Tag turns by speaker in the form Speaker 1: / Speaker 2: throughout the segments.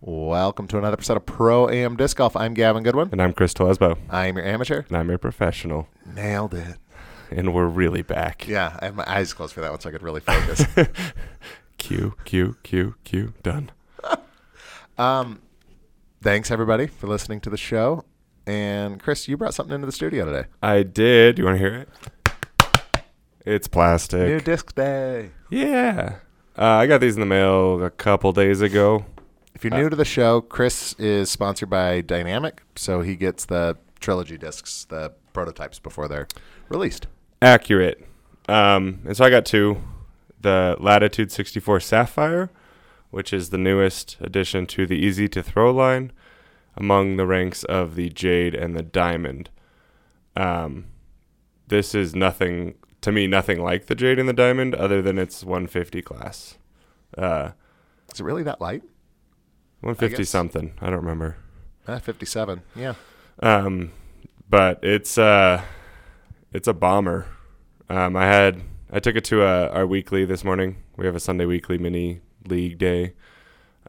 Speaker 1: Welcome to another episode of Pro Am Disc Golf. I'm Gavin Goodwin.
Speaker 2: And I'm Chris Telesbo.
Speaker 1: I'm your amateur.
Speaker 2: And I'm your professional.
Speaker 1: Nailed it.
Speaker 2: And we're really back.
Speaker 1: Yeah, I had my eyes closed for that one so I could really focus.
Speaker 2: Q, Q, Q, Q. Done.
Speaker 1: um, thanks, everybody, for listening to the show. And Chris, you brought something into the studio today.
Speaker 2: I did. You want to hear it? It's plastic.
Speaker 1: New Disc Day.
Speaker 2: Yeah. Uh, I got these in the mail a couple days ago.
Speaker 1: If you're new to the show, Chris is sponsored by Dynamic, so he gets the trilogy discs, the prototypes before they're released.
Speaker 2: Accurate. Um, and so I got two the Latitude 64 Sapphire, which is the newest addition to the Easy to Throw line, among the ranks of the Jade and the Diamond. Um, this is nothing, to me, nothing like the Jade and the Diamond other than its 150 class. Uh,
Speaker 1: Is it really that light?
Speaker 2: 150
Speaker 1: guess.
Speaker 2: something. I don't remember.
Speaker 1: Ah, 57. Yeah.
Speaker 2: Um, but it's uh, it's a bomber. Um, I had I took it to uh our weekly this morning. We have a Sunday weekly mini league day.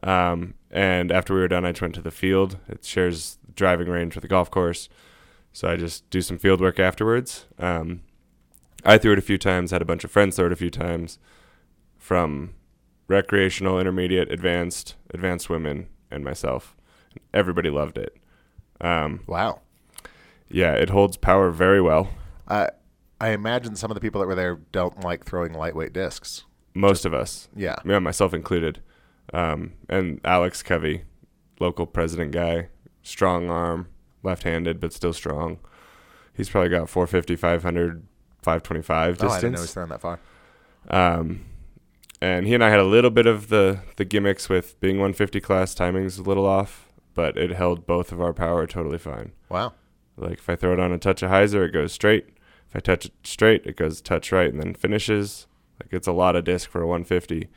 Speaker 2: Um, and after we were done, I just went to the field. It shares driving range with the golf course, so I just do some field work afterwards. Um, I threw it a few times. Had a bunch of friends throw it a few times, from recreational, intermediate, advanced, advanced women, and myself. Everybody loved it. Um,
Speaker 1: Wow.
Speaker 2: yeah, it holds power very well.
Speaker 1: I I imagine some of the people that were there don't like throwing lightweight discs.
Speaker 2: Most of us,
Speaker 1: Yeah.
Speaker 2: yeah, myself included, um, and Alex Covey, local president guy, strong arm, left-handed but still strong. He's probably got 450, 500, 525
Speaker 1: Oh, I didn't know he was
Speaker 2: distance.
Speaker 1: throwing that far.
Speaker 2: um, and he and I had a little bit of the the gimmicks with being 150 class timings a little off, but it held both of our power totally fine.
Speaker 1: Wow.
Speaker 2: Like if I throw it on a touch of hyzer, it goes straight. If I touch it straight, it goes touch right and then finishes. Like it's a lot of disc for a 150,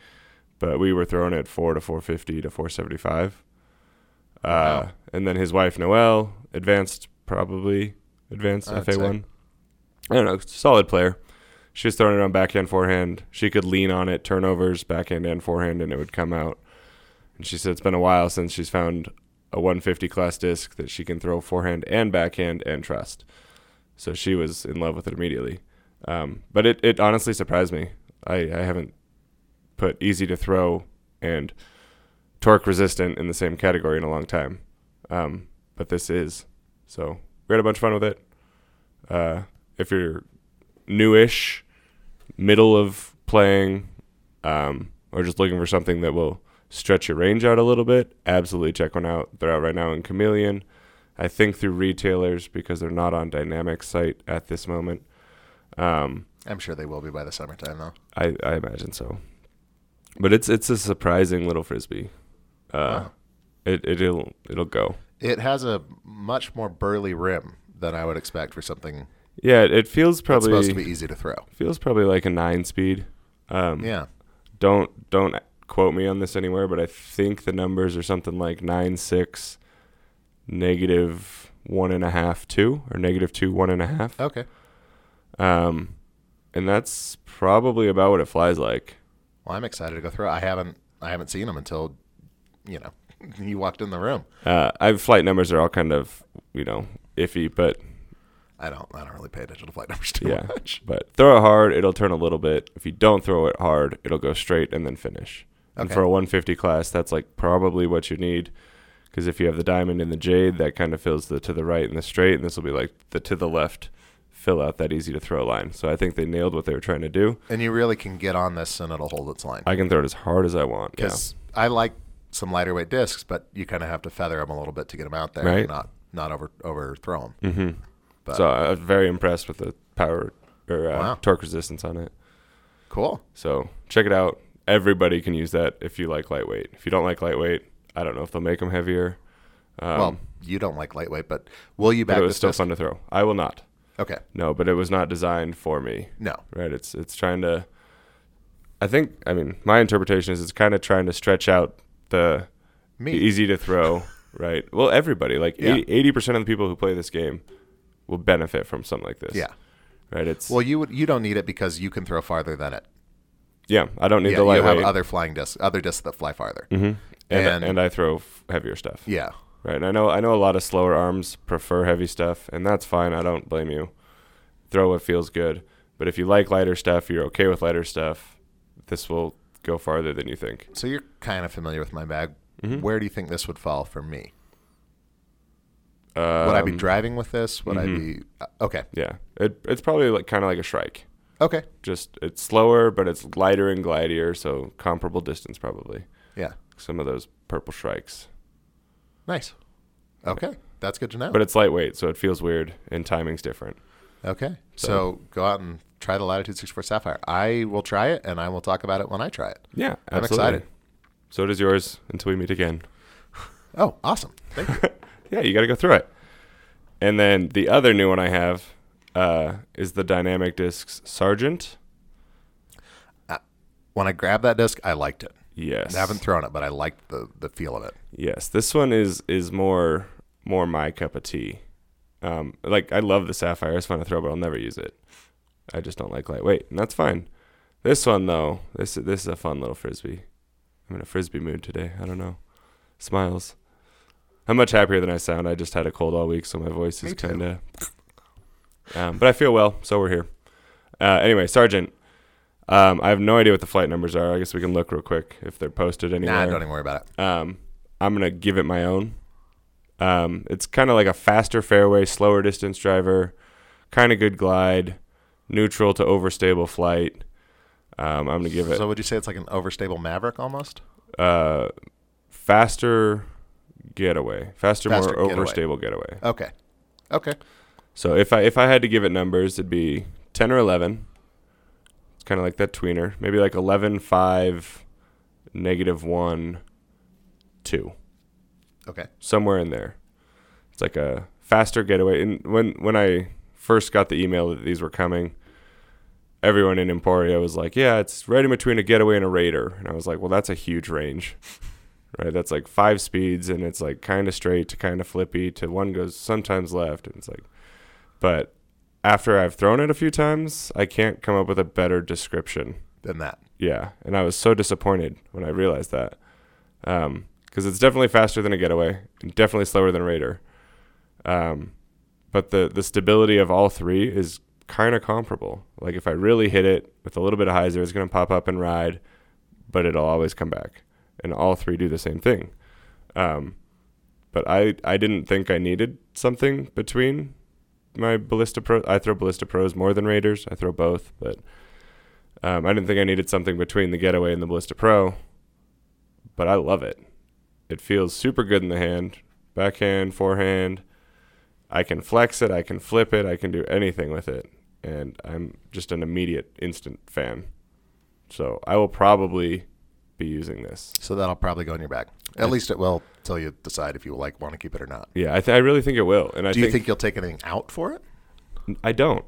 Speaker 2: but we were throwing it four to 450 to 475. Uh,
Speaker 1: Wow.
Speaker 2: And then his wife Noelle, advanced probably advanced
Speaker 1: I'd
Speaker 2: FA1. I don't know, solid player. She was throwing it on backhand, forehand. She could lean on it, turnovers, backhand and forehand, and it would come out. And she said it's been a while since she's found a 150 class disc that she can throw forehand and backhand and trust. So she was in love with it immediately. Um, but it, it honestly surprised me. I, I haven't put easy to throw and torque resistant in the same category in a long time. Um, but this is. So we had a bunch of fun with it. Uh, if you're newish, middle of playing, um, or just looking for something that will stretch your range out a little bit, absolutely check one out. They're out right now in Chameleon. I think through retailers because they're not on Dynamic site at this moment. Um,
Speaker 1: I'm sure they will be by the summertime though.
Speaker 2: I, I imagine so. But it's it's a surprising little frisbee. Uh,
Speaker 1: Wow.
Speaker 2: it it'll it'll go.
Speaker 1: It has a much more burly rim than I would expect for something
Speaker 2: Yeah, it, it feels
Speaker 1: that's
Speaker 2: probably
Speaker 1: supposed to be easy to throw.
Speaker 2: feels probably like a nine speed. Um,
Speaker 1: Yeah.
Speaker 2: Don't don't quote me on this anywhere, but I think the numbers are something like nine six, negative one and a half two, or negative two one and a half.
Speaker 1: Okay.
Speaker 2: Um, and that's probably about what it flies like.
Speaker 1: Well, I'm excited to go through. I haven't I haven't seen them until you know you walked in the room.
Speaker 2: Uh, I flight numbers are all kind of you know iffy, but
Speaker 1: I don't I don't really pay attention to flight numbers too
Speaker 2: Yeah,
Speaker 1: much.
Speaker 2: but throw it hard, it'll turn a little bit. If you don't throw it hard, it'll go straight and then finish. And
Speaker 1: Okay.
Speaker 2: for a 150 class, that's like probably what you need. Because if you have the diamond and the jade, that kind of fills the to the right and the straight, and this will be like the to the left fill out that easy to throw line. So I think they nailed what they were trying to do.
Speaker 1: And you really can get on this and it'll hold its line.
Speaker 2: I can throw it as hard as I want. Yeah.
Speaker 1: Because I like some lighter weight discs, but you kind of have to feather them a little bit to get them out there,
Speaker 2: Right.
Speaker 1: and not not over overthrow them. but-
Speaker 2: Mm-hmm. So I- I'm very impressed with the power or uh,
Speaker 1: Wow.
Speaker 2: torque resistance on it.
Speaker 1: Cool.
Speaker 2: So check it out. Everybody can use that if you like lightweight. If you don't like lightweight, I don't know if they'll make them heavier. Um,
Speaker 1: well, you don't like lightweight, but will you
Speaker 2: but
Speaker 1: back
Speaker 2: it
Speaker 1: this
Speaker 2: was still
Speaker 1: disc?
Speaker 2: fun to throw. I will not.
Speaker 1: Okay.
Speaker 2: No, but it was not designed for me.
Speaker 1: No.
Speaker 2: Right? It's it's trying to. I think. I mean, my interpretation is it's kind of trying to stretch out the
Speaker 1: Me.
Speaker 2: the easy to throw. right. Well, everybody like
Speaker 1: Yeah.
Speaker 2: eighty percent of the people who play this game will benefit from something like this.
Speaker 1: Yeah.
Speaker 2: Right. It's
Speaker 1: Well, you would you don't need it because you can throw farther than it.
Speaker 2: yeah. I don't need
Speaker 1: Yeah,
Speaker 2: the
Speaker 1: you have
Speaker 2: lightweight.
Speaker 1: other flying discs, other discs that fly farther.
Speaker 2: Mhm. and
Speaker 1: And-
Speaker 2: and, I throw f- heavier stuff.
Speaker 1: Yeah.
Speaker 2: Right. And I know I know a lot of slower arms prefer heavy stuff, and that's fine. I don't blame you. Throw what feels good. But if you like lighter stuff, you're okay with lighter stuff. This will go farther than you think.
Speaker 1: So you're kind of familiar with my bag.
Speaker 2: Mm-hmm.
Speaker 1: Where do you think this would fall for me?
Speaker 2: Um,
Speaker 1: Would I be driving with this? Would I be
Speaker 2: mm-hmm.
Speaker 1: uh, okay?
Speaker 2: Yeah. It, it's probably like kind of like a Shrike.
Speaker 1: Okay.
Speaker 2: Just it's slower, but it's lighter and glidier, so comparable distance probably.
Speaker 1: Yeah.
Speaker 2: Some of those purple Shrikes.
Speaker 1: Nice. Okay. That's good to know.
Speaker 2: But it's lightweight, so it feels weird and timing's different.
Speaker 1: Okay. So, go out and try the Latitude 64 Sapphire. I will try it and I will talk about it when I try it.
Speaker 2: Yeah.
Speaker 1: I'm
Speaker 2: absolutely.
Speaker 1: excited.
Speaker 2: So does yours until we meet again.
Speaker 1: Oh, awesome. Thank you.
Speaker 2: Yeah, you got to go through it. And then the other new one I have uh, is the Dynamic Discs Sergeant.
Speaker 1: when I grabbed that disc, I liked it.
Speaker 2: Yes.
Speaker 1: I haven't thrown it, but I liked the, the feel of it.
Speaker 2: Yes, this one is is more more my cup of tea. Um, like I love the sapphire; it's fun to throw, but I'll never use it. I just don't like lightweight, and that's fine. This one though, this this is a fun little frisbee. I'm in a frisbee mood today. I don't know. Smiles. I'm much happier than I sound. I just had a cold all week, so my voice is
Speaker 1: Me too.
Speaker 2: kind of. Um, but I feel well, so we're here. Uh, anyway, Sergeant, um, I have no idea what the flight numbers are. I guess we can look real quick if they're posted anywhere.
Speaker 1: Nah, don't even worry about it.
Speaker 2: Um, I'm gonna give it my own. Um, it's kind of like a faster fairway, slower distance driver, kind of good glide, neutral to overstable flight. Um, I'm gonna give it
Speaker 1: So would you say it's like an overstable Maverick almost?
Speaker 2: uh, faster getaway, faster,
Speaker 1: Faster
Speaker 2: more
Speaker 1: getaway.
Speaker 2: overstable getaway.
Speaker 1: Okay. Okay.
Speaker 2: So if I if I had to give it numbers, it'd be ten or eleven. It's kind of like that tweener, maybe like 11, 5, negative one, two.
Speaker 1: Okay.
Speaker 2: somewhere in there. It's like a faster getaway. And when when I first got the email that these were coming, everyone in Emporia was like, "Yeah, it's right in between a getaway and a raider." And I was like, "Well, that's a huge range, right? That's like five speeds, and it's like kind of straight to kind of flippy to one goes sometimes left, and it's like, but." After I've thrown it a few times, I can't come up with a better description.
Speaker 1: Then that.
Speaker 2: Yeah, and I was so disappointed when I realized that, because it's definitely faster than a getaway, and definitely slower than a Raider. Um, but the the stability of all three is kind of comparable. Like if I really hit it with a little bit of hyzer, it's gonna pop up and ride, but it'll always come back, and all three do the same thing. Um, but I I didn't think I needed something between my ballista pro. I throw ballista pros more than Raiders. I throw both, but um, I didn't think I needed something between the Getaway and the Ballista Pro, but I love it. It feels super good in the hand, backhand, forehand. I can flex it, I can flip it, I can do anything with it, and I'm just an immediate, instant fan. So I will probably be using this.
Speaker 1: So that'll probably go in your bag. At least it will till you decide if you like want to keep it or not.
Speaker 2: Yeah, I, th- I really think it will, and I
Speaker 1: Do you
Speaker 2: think,
Speaker 1: think you'll take anything out for it?
Speaker 2: I don't.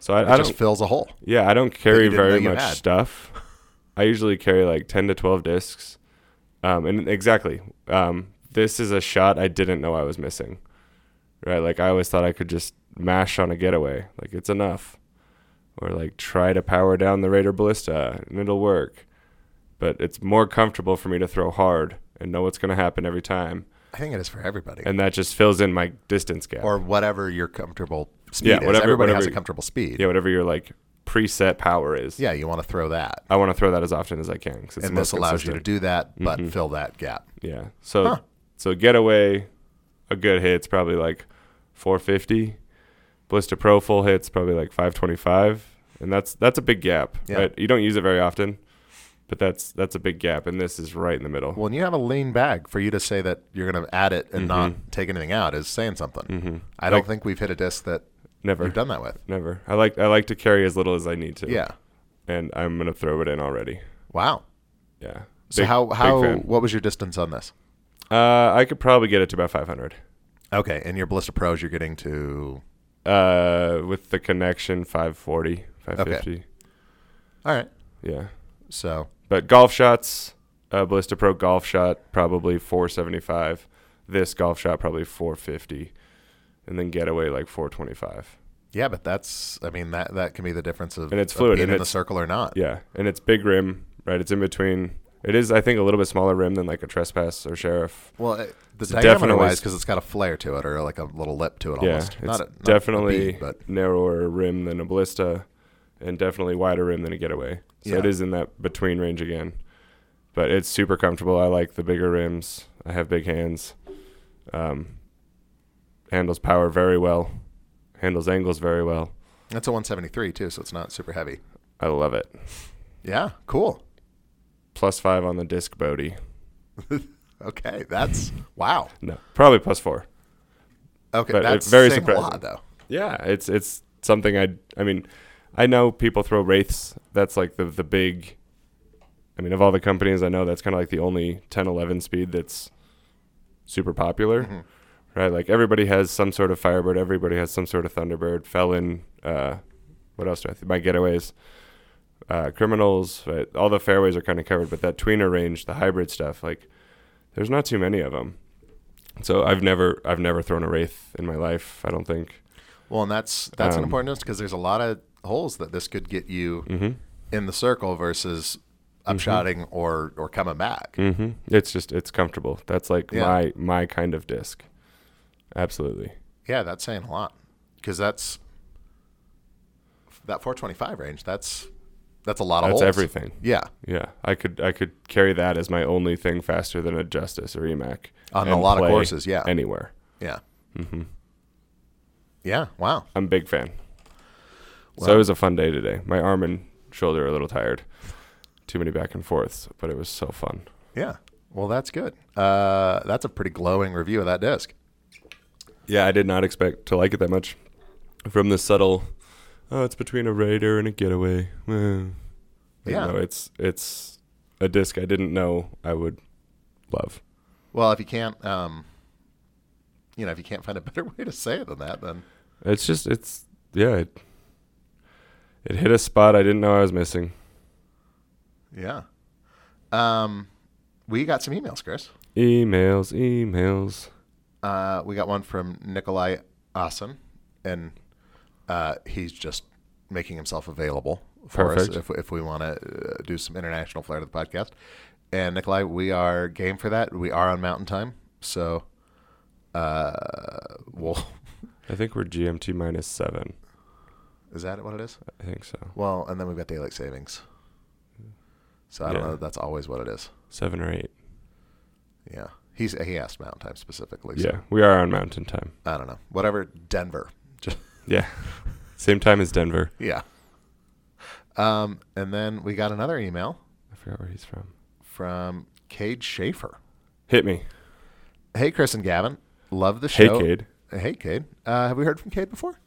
Speaker 2: So I,
Speaker 1: It
Speaker 2: I don't.
Speaker 1: just fills a hole.
Speaker 2: Yeah, I don't
Speaker 1: you
Speaker 2: carry
Speaker 1: didn't know
Speaker 2: very
Speaker 1: you
Speaker 2: much
Speaker 1: had.
Speaker 2: stuff. I usually carry like 10 to 12 discs. Um, and exactly. Um, this is a shot I didn't know I was missing. Right? Like I always thought I could just mash on a getaway. Like it's enough. Or like try to power down the Raider Ballista and it'll work. But it's more comfortable for me to throw hard and know what's going to happen every time.
Speaker 1: I think it is for everybody.
Speaker 2: And that just fills in my distance gap.
Speaker 1: or whatever your comfortable speed
Speaker 2: Yeah,
Speaker 1: is.
Speaker 2: whatever-
Speaker 1: Everybody has
Speaker 2: whatever-
Speaker 1: a comfortable speed.
Speaker 2: yeah, whatever your like preset power is.
Speaker 1: Yeah, you want to throw that.
Speaker 2: I want to throw that as often as I can. 'cause it's the
Speaker 1: and this
Speaker 2: most
Speaker 1: allows you
Speaker 2: consistent. Mm-hmm.
Speaker 1: to do that, but fill that gap.
Speaker 2: Yeah. So
Speaker 1: Huh.
Speaker 2: so getaway, a good hit's probably like 450. Blister Pro full hits probably like 525, and that's that's a big gap.
Speaker 1: Yeah.
Speaker 2: Right? You don't use it very often, but that's that's a big gap, and this is right in the middle.
Speaker 1: When you have a lean bag, for you to say that you're going to add it and
Speaker 2: Mm-hmm.
Speaker 1: not take anything out is saying something. Mm-hmm. I don't think we've hit a disc that
Speaker 2: Never,
Speaker 1: we've done that with.
Speaker 2: never. I like I like to carry as little as I need to.
Speaker 1: Yeah.
Speaker 2: And I'm gonna throw it in already.
Speaker 1: Wow.
Speaker 2: Yeah.
Speaker 1: So
Speaker 2: Big-
Speaker 1: how
Speaker 2: big
Speaker 1: how
Speaker 2: fan.
Speaker 1: what was your distance on this?
Speaker 2: Uh, I could probably get it to about 500.
Speaker 1: Okay, and your Ballista Pros, you're getting to.
Speaker 2: Uh, with the connection, 540, 550.
Speaker 1: All right.
Speaker 2: Yeah.
Speaker 1: So
Speaker 2: But golf shots, uh, Ballista Pro golf shot probably 475. This golf shot probably 450, and then getaway like 425.
Speaker 1: yeah, but that's I mean that that can be the difference of
Speaker 2: And it's
Speaker 1: of
Speaker 2: fluid,
Speaker 1: being
Speaker 2: and
Speaker 1: in the
Speaker 2: it's-
Speaker 1: circle or not.
Speaker 2: Yeah, and it's big rim, right? It's in between It is, I think, a little bit smaller rim than like a trespass or sheriff.
Speaker 1: Well, it, the
Speaker 2: It's
Speaker 1: diameter
Speaker 2: definitely
Speaker 1: wise,
Speaker 2: s-
Speaker 1: because it's got a flare to it or like a little lip to it
Speaker 2: Yeah,
Speaker 1: almost.
Speaker 2: it's
Speaker 1: Not a- not a
Speaker 2: definitely
Speaker 1: bead, but
Speaker 2: narrower rim than a ballista, and definitely wider rim than a getaway. So it
Speaker 1: Yeah.
Speaker 2: is in that between range again, but it's super comfortable. I like the bigger rims. I have big hands. Um, handles power very well. Handles angles very well.
Speaker 1: that's a 173 too, so it's not super heavy.
Speaker 2: I love it.
Speaker 1: Yeah, cool.
Speaker 2: Plus five on the disc Bodie.
Speaker 1: Okay, that's wow.
Speaker 2: No, probably plus four.
Speaker 1: Okay,
Speaker 2: But it-
Speaker 1: that's
Speaker 2: very
Speaker 1: saying a lot
Speaker 2: surprising.
Speaker 1: though.
Speaker 2: Yeah, it's it's something I I mean, I know people throw wraiths. That's like the the big. I mean, of all the companies I know, that's kind of like the only 1011 speed that's super popular, right? Like everybody has some sort of Firebird, everybody has some sort of Thunderbird, Felon. Uh, what else do I think? My getaways, uh, criminals. Right? All the fairways are kind of covered, but that tweener range, the hybrid stuff, like there's not too many of them. So I've never I've never thrown a wraith in my life. I don't think.
Speaker 1: Well, and that's that's an
Speaker 2: Um,
Speaker 1: important note because there's a lot of holes that this could get you
Speaker 2: Mm-hmm.
Speaker 1: in the circle versus upshotting or or coming back.
Speaker 2: hmm It's just it's comfortable. That's like
Speaker 1: Yeah.
Speaker 2: my my kind of disc. Absolutely.
Speaker 1: Yeah, that's saying a lot because that's that 425 range. That's that's a lot of
Speaker 2: That's
Speaker 1: holes.
Speaker 2: everything.
Speaker 1: Yeah,
Speaker 2: Yeah, I could I could carry that as my only thing faster than a Justice or Emac
Speaker 1: On a
Speaker 2: and
Speaker 1: lot of
Speaker 2: play
Speaker 1: courses, yeah.
Speaker 2: anywhere.
Speaker 1: yeah. Mm-hmm. Yeah. Wow.
Speaker 2: I'm a big fan. so
Speaker 1: Wow.
Speaker 2: it was a fun day today. My arm and shoulder are a little tired. Too many back and forths, but it was so fun.
Speaker 1: Yeah. Well, that's good. Uh, that's a pretty glowing review of that disc.
Speaker 2: Yeah, I did not expect to like it that much. From the subtle, oh, it's between a raider and a getaway. Eh. But
Speaker 1: Yeah.
Speaker 2: no, it's it's a disc I didn't know I would love.
Speaker 1: Well, if you can't, um, you know, if you can't find a better way to say it than that, then
Speaker 2: It's just it's yeah, it, it hit a spot I didn't know I was missing.
Speaker 1: yeah. Um, we got some emails, Chris.
Speaker 2: Emails, emails.
Speaker 1: Uh, we got one from Nikolai Asen, and uh, he's just making himself available for us if,
Speaker 2: Perfect.
Speaker 1: if we want to uh, do some international flair to the podcast. And Nikolai, we are game for that. We are on Mountain Time, so uh, we'll.
Speaker 2: I think we're GMT minus seven.
Speaker 1: Is that what it is?
Speaker 2: I think so.
Speaker 1: Well, and then we've got daylight savings. So I don't
Speaker 2: Yeah.
Speaker 1: know. That that's always what it is.
Speaker 2: Seven or eight.
Speaker 1: Yeah. He's he asked Mountain Time specifically. So
Speaker 2: Yeah, we are on Mountain Time.
Speaker 1: I don't know. Whatever. Denver. Just
Speaker 2: Yeah, same time as Denver.
Speaker 1: yeah. Um, and then we got another email
Speaker 2: I forgot where he's from.
Speaker 1: from Cade Schaefer.
Speaker 2: Hit me.
Speaker 1: Hey, Chris and Gavin, love the
Speaker 2: Hey,
Speaker 1: show.
Speaker 2: Cade.
Speaker 1: Hey, Cade. Uh, have we heard from Cade before?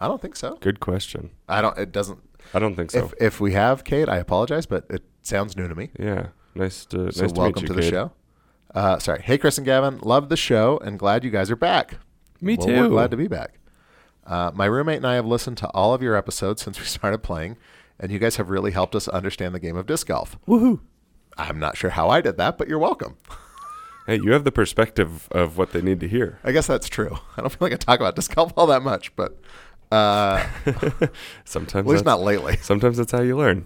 Speaker 1: I don't think so.
Speaker 2: Good question.
Speaker 1: I don't. It doesn't.
Speaker 2: I don't think so.
Speaker 1: If if we have Cade, I apologize, but it sounds new to me.
Speaker 2: Yeah, nice to
Speaker 1: So
Speaker 2: nice
Speaker 1: welcome
Speaker 2: to, meet you,
Speaker 1: to the
Speaker 2: kid.
Speaker 1: show. Uh, sorry. Hey, Chris and Gavin, love the show and glad you guys are back.
Speaker 2: Me
Speaker 1: Well,
Speaker 2: too.
Speaker 1: We're glad to be back. Uh, my roommate and I have listened to all of your episodes since we started playing, and you guys have really helped us understand the game of disc golf.
Speaker 2: Woohoo!
Speaker 1: I'm not sure how I did that, but you're welcome.
Speaker 2: Hey, you have the perspective of what they need to hear.
Speaker 1: I guess that's true. I don't feel like I talk about disc golf all that much, but uh, at
Speaker 2: Sometimes
Speaker 1: least
Speaker 2: that's,
Speaker 1: not lately.
Speaker 2: Sometimes that's how you learn.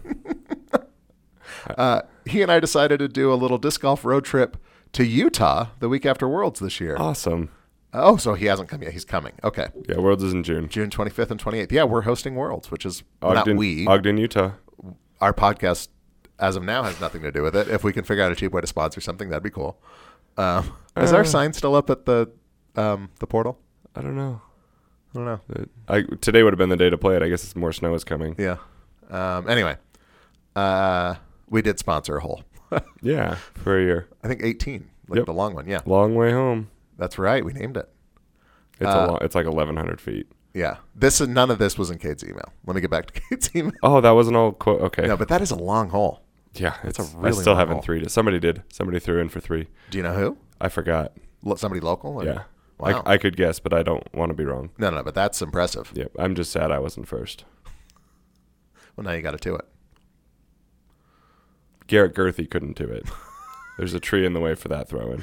Speaker 1: He and I decided to do a little disc golf road trip to Utah the week after Worlds this year.
Speaker 2: awesome.
Speaker 1: Oh, so he hasn't come yet. He's coming. Okay.
Speaker 2: Yeah, Worlds is in June.
Speaker 1: June 25th and 28th. Yeah, we're hosting Worlds, which is
Speaker 2: Ogden,
Speaker 1: not we.
Speaker 2: Ogden, Utah.
Speaker 1: Our podcast, as of now, has nothing to do with it. If we can figure out a cheap way to sponsor something, that'd be cool. Um, is
Speaker 2: Uh.
Speaker 1: our sign still up at the um, the portal?
Speaker 2: I don't know.
Speaker 1: I don't know.
Speaker 2: It- I, today would have been the day to play it. I guess it's more snow is coming.
Speaker 1: Yeah. Um, anyway, uh, we did sponsor a hole. I
Speaker 2: Yeah, for a year.
Speaker 1: think 18, like
Speaker 2: Yep.
Speaker 1: the long one. Yeah,
Speaker 2: Long way home.
Speaker 1: that's right. We named it.
Speaker 2: It's
Speaker 1: Uh,
Speaker 2: a long, It's like 1,100 feet.
Speaker 1: Yeah. This is none of this was in Kate's email. Let me get back to Kate's email.
Speaker 2: Oh, that wasn't all quote. Okay.
Speaker 1: No, but that is a long hole.
Speaker 2: yeah, it's,
Speaker 1: a
Speaker 2: a
Speaker 1: really
Speaker 2: really I still
Speaker 1: long
Speaker 2: haven't
Speaker 1: hole.
Speaker 2: three. Somebody did. Somebody threw in for three.
Speaker 1: Do you know who?
Speaker 2: I forgot.
Speaker 1: Lo- somebody local? or-
Speaker 2: Yeah.
Speaker 1: Wow.
Speaker 2: I, I could guess, but I don't want to be wrong.
Speaker 1: no, no, but that's impressive.
Speaker 2: Yeah, I'm just sad I wasn't first.
Speaker 1: Well, now you got to do it.
Speaker 2: Garrett Gerthy couldn't do it. There's a tree in the way for that throw in.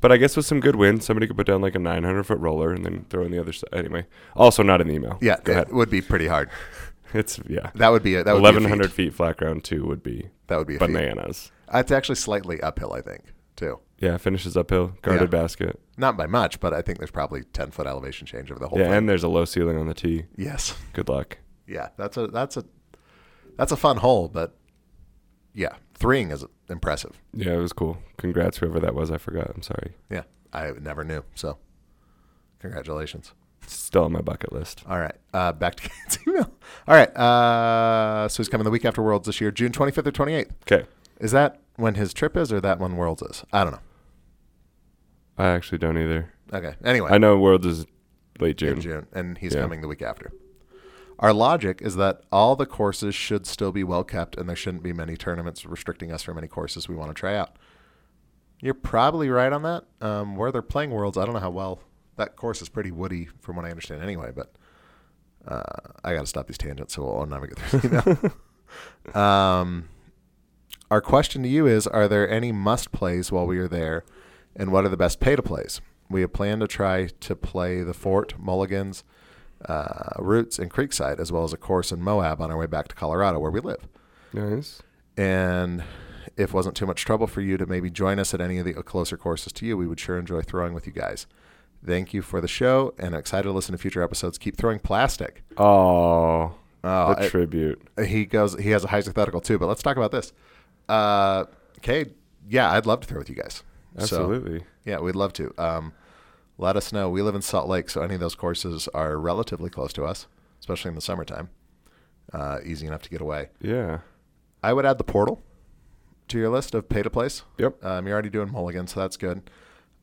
Speaker 2: But I guess with some good wind, somebody could put down like a 900 foot roller and then throw in the other side. Anyway, also not in the email.
Speaker 1: Yeah,
Speaker 2: go
Speaker 1: it
Speaker 2: ahead.
Speaker 1: would be pretty hard.
Speaker 2: It's yeah.
Speaker 1: That would be it. That would
Speaker 2: Eleven
Speaker 1: be a feat.
Speaker 2: hundred feet flat ground two would be
Speaker 1: That would be a feat.
Speaker 2: bananas.
Speaker 1: It's actually slightly uphill, I think, too.
Speaker 2: Yeah, finishes uphill, guarded
Speaker 1: Yeah.
Speaker 2: basket.
Speaker 1: Not by much, but I think there's probably ten foot elevation change over the whole
Speaker 2: Yeah,
Speaker 1: thing.
Speaker 2: and there's a low ceiling on the tee.
Speaker 1: yes.
Speaker 2: Good luck.
Speaker 1: Yeah. That's a that's a that's a fun hole, but yeah. Threeing is impressive.
Speaker 2: Yeah, it was cool. Congrats, whoever that was. I forgot. I'm sorry.
Speaker 1: Yeah. I never knew, so congratulations.
Speaker 2: It's still on my bucket list.
Speaker 1: All right. Uh, back to Kate's email. All right. Uh, so he's coming the week after Worlds this year, June twenty fifth or twenty eighth.
Speaker 2: Okay.
Speaker 1: Is that when his trip is or that when Worlds is? I don't know.
Speaker 2: I actually don't either.
Speaker 1: Okay. Anyway.
Speaker 2: I know World is late
Speaker 1: in
Speaker 2: Uh, June.
Speaker 1: June, and he's
Speaker 2: Yeah.
Speaker 1: coming the week after. Our logic is that all the courses should still be well kept, and there shouldn't be many tournaments restricting us from any courses we want to try out. You're probably right on that. Um, where they're playing worlds, I don't know how well that course is pretty woody, from what I understand, anyway. But uh, I got to stop these tangents, so I'll never get through this email. um, our question to you is: Are there any must plays while we are there, and what are the best pay to plays? We have planned to try to play the Fort, Mulligan's, uh, Roots, and Creekside, as well as a course in Moab on our way back to Colorado, where we live
Speaker 2: Nice.
Speaker 1: and if wasn't too much trouble for you to maybe join us at any of the closer courses to you, we would sure enjoy throwing with you guys. Thank you for the show, and I'm excited to listen to future episodes. Keep throwing plastic.
Speaker 2: Oh,
Speaker 1: Oh,
Speaker 2: the tribute.
Speaker 1: He goes. He has a hypothetical too, but let's talk about this. Uh, okay, yeah, I'd love to throw with you guys. So,
Speaker 2: Absolutely.
Speaker 1: yeah, we'd love to. Um, let us know. We live in Salt Lake, so any of those courses are relatively close to us, especially in the summertime. Uh, easy enough to get away.
Speaker 2: yeah.
Speaker 1: I would add the portal to your list of pay to place.
Speaker 2: Yep.
Speaker 1: Um, you're already doing Mulligan, so that's good.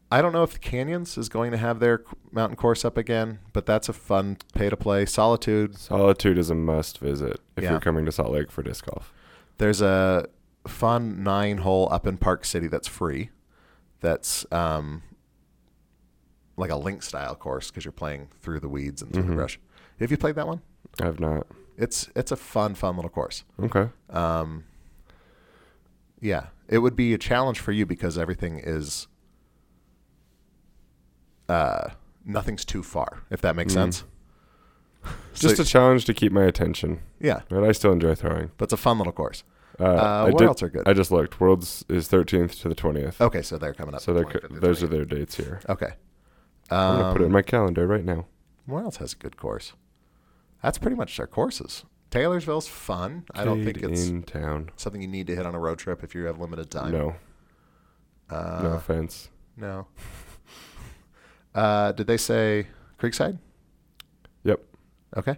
Speaker 1: I don't know if the Canyons is going to have their c- mountain course up again, but that's a fun pay to play. Solitude.
Speaker 2: Solitude is a must visit if
Speaker 1: Yeah.
Speaker 2: you're coming to Salt Lake for disc golf.
Speaker 1: There's a fun nine hole up in Park City that's free. That's um, like a link style course because you're playing through the weeds and through
Speaker 2: Mm-hmm.
Speaker 1: the brush. Have you played that one?
Speaker 2: I have not.
Speaker 1: It's it's a fun fun little course.
Speaker 2: Okay.
Speaker 1: Um, yeah, it would be a challenge for you because everything is, uh, nothing's too far. If that makes
Speaker 2: Mm.
Speaker 1: sense.
Speaker 2: Just
Speaker 1: So-
Speaker 2: a challenge to keep my attention,
Speaker 1: yeah,
Speaker 2: but I still enjoy throwing.
Speaker 1: but it's a fun little course.
Speaker 2: Uh,
Speaker 1: Uh,
Speaker 2: I
Speaker 1: what
Speaker 2: did-
Speaker 1: else are good? Oh,
Speaker 2: I just looked. Worlds is 13th to the 20th.
Speaker 1: Okay, so they're coming up.
Speaker 2: so they're,
Speaker 1: 25th
Speaker 2: co-
Speaker 1: through
Speaker 2: those are
Speaker 1: 28th.
Speaker 2: their dates here.
Speaker 1: Okay.
Speaker 2: I'm gonna put it in
Speaker 1: Um,
Speaker 2: my calendar right now.
Speaker 1: where else has a good course? That's pretty much their courses. Taylorsville's fun. I don't think
Speaker 2: Cade
Speaker 1: it's
Speaker 2: in town.
Speaker 1: something you need to hit on a road trip if you have limited time.
Speaker 2: No,
Speaker 1: Uh,
Speaker 2: no offense.
Speaker 1: No. uh, did they say Creekside?
Speaker 2: Yep.
Speaker 1: Okay.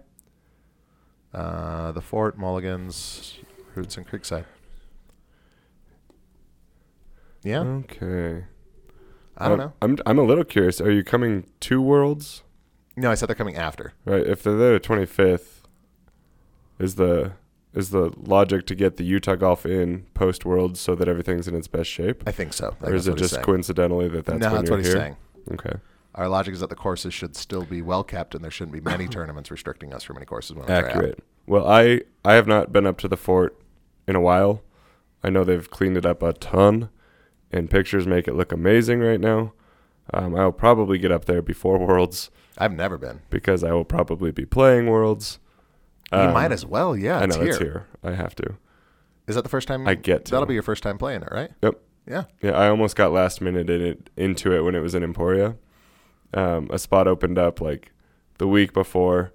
Speaker 1: Uh, the Fort, Mulligan's, Roots, and Creekside. Yeah,
Speaker 2: Okay.
Speaker 1: I don't
Speaker 2: Um,
Speaker 1: know.
Speaker 2: I'm I'm a little curious. Are you coming to Worlds?
Speaker 1: No, I said they're coming after.
Speaker 2: Right. If they're there the 25th, is the is the logic to get the Utah golf in post Worlds so that everything's in its best shape,
Speaker 1: I think so. I think
Speaker 2: or is
Speaker 1: that's
Speaker 2: it
Speaker 1: what he's
Speaker 2: just
Speaker 1: saying.
Speaker 2: coincidentally that that's
Speaker 1: no,
Speaker 2: when
Speaker 1: that's
Speaker 2: you're
Speaker 1: what he's
Speaker 2: here?
Speaker 1: saying.
Speaker 2: Okay.
Speaker 1: Our logic is that the courses should still be well kept, and there shouldn't be many tournaments restricting us from any courses. we wanna try out.
Speaker 2: Accurate. Well, I I have not been up to the fort in a while. I know they've cleaned it up a ton, and pictures make it look amazing right now. Um, I'll probably get up there before Worlds
Speaker 1: I've never been.
Speaker 2: because I will probably be playing Worlds.
Speaker 1: you
Speaker 2: Um,
Speaker 1: might as well. Yeah,
Speaker 2: I
Speaker 1: it's,
Speaker 2: know
Speaker 1: here.
Speaker 2: it's here. I have to.
Speaker 1: Is that the first time?
Speaker 2: I get to.
Speaker 1: That'll be your first time playing it, right?
Speaker 2: Yep.
Speaker 1: Yeah.
Speaker 2: Yeah, I almost got last minute in it, into it when it was in Emporia. Um, a spot opened up like the week before,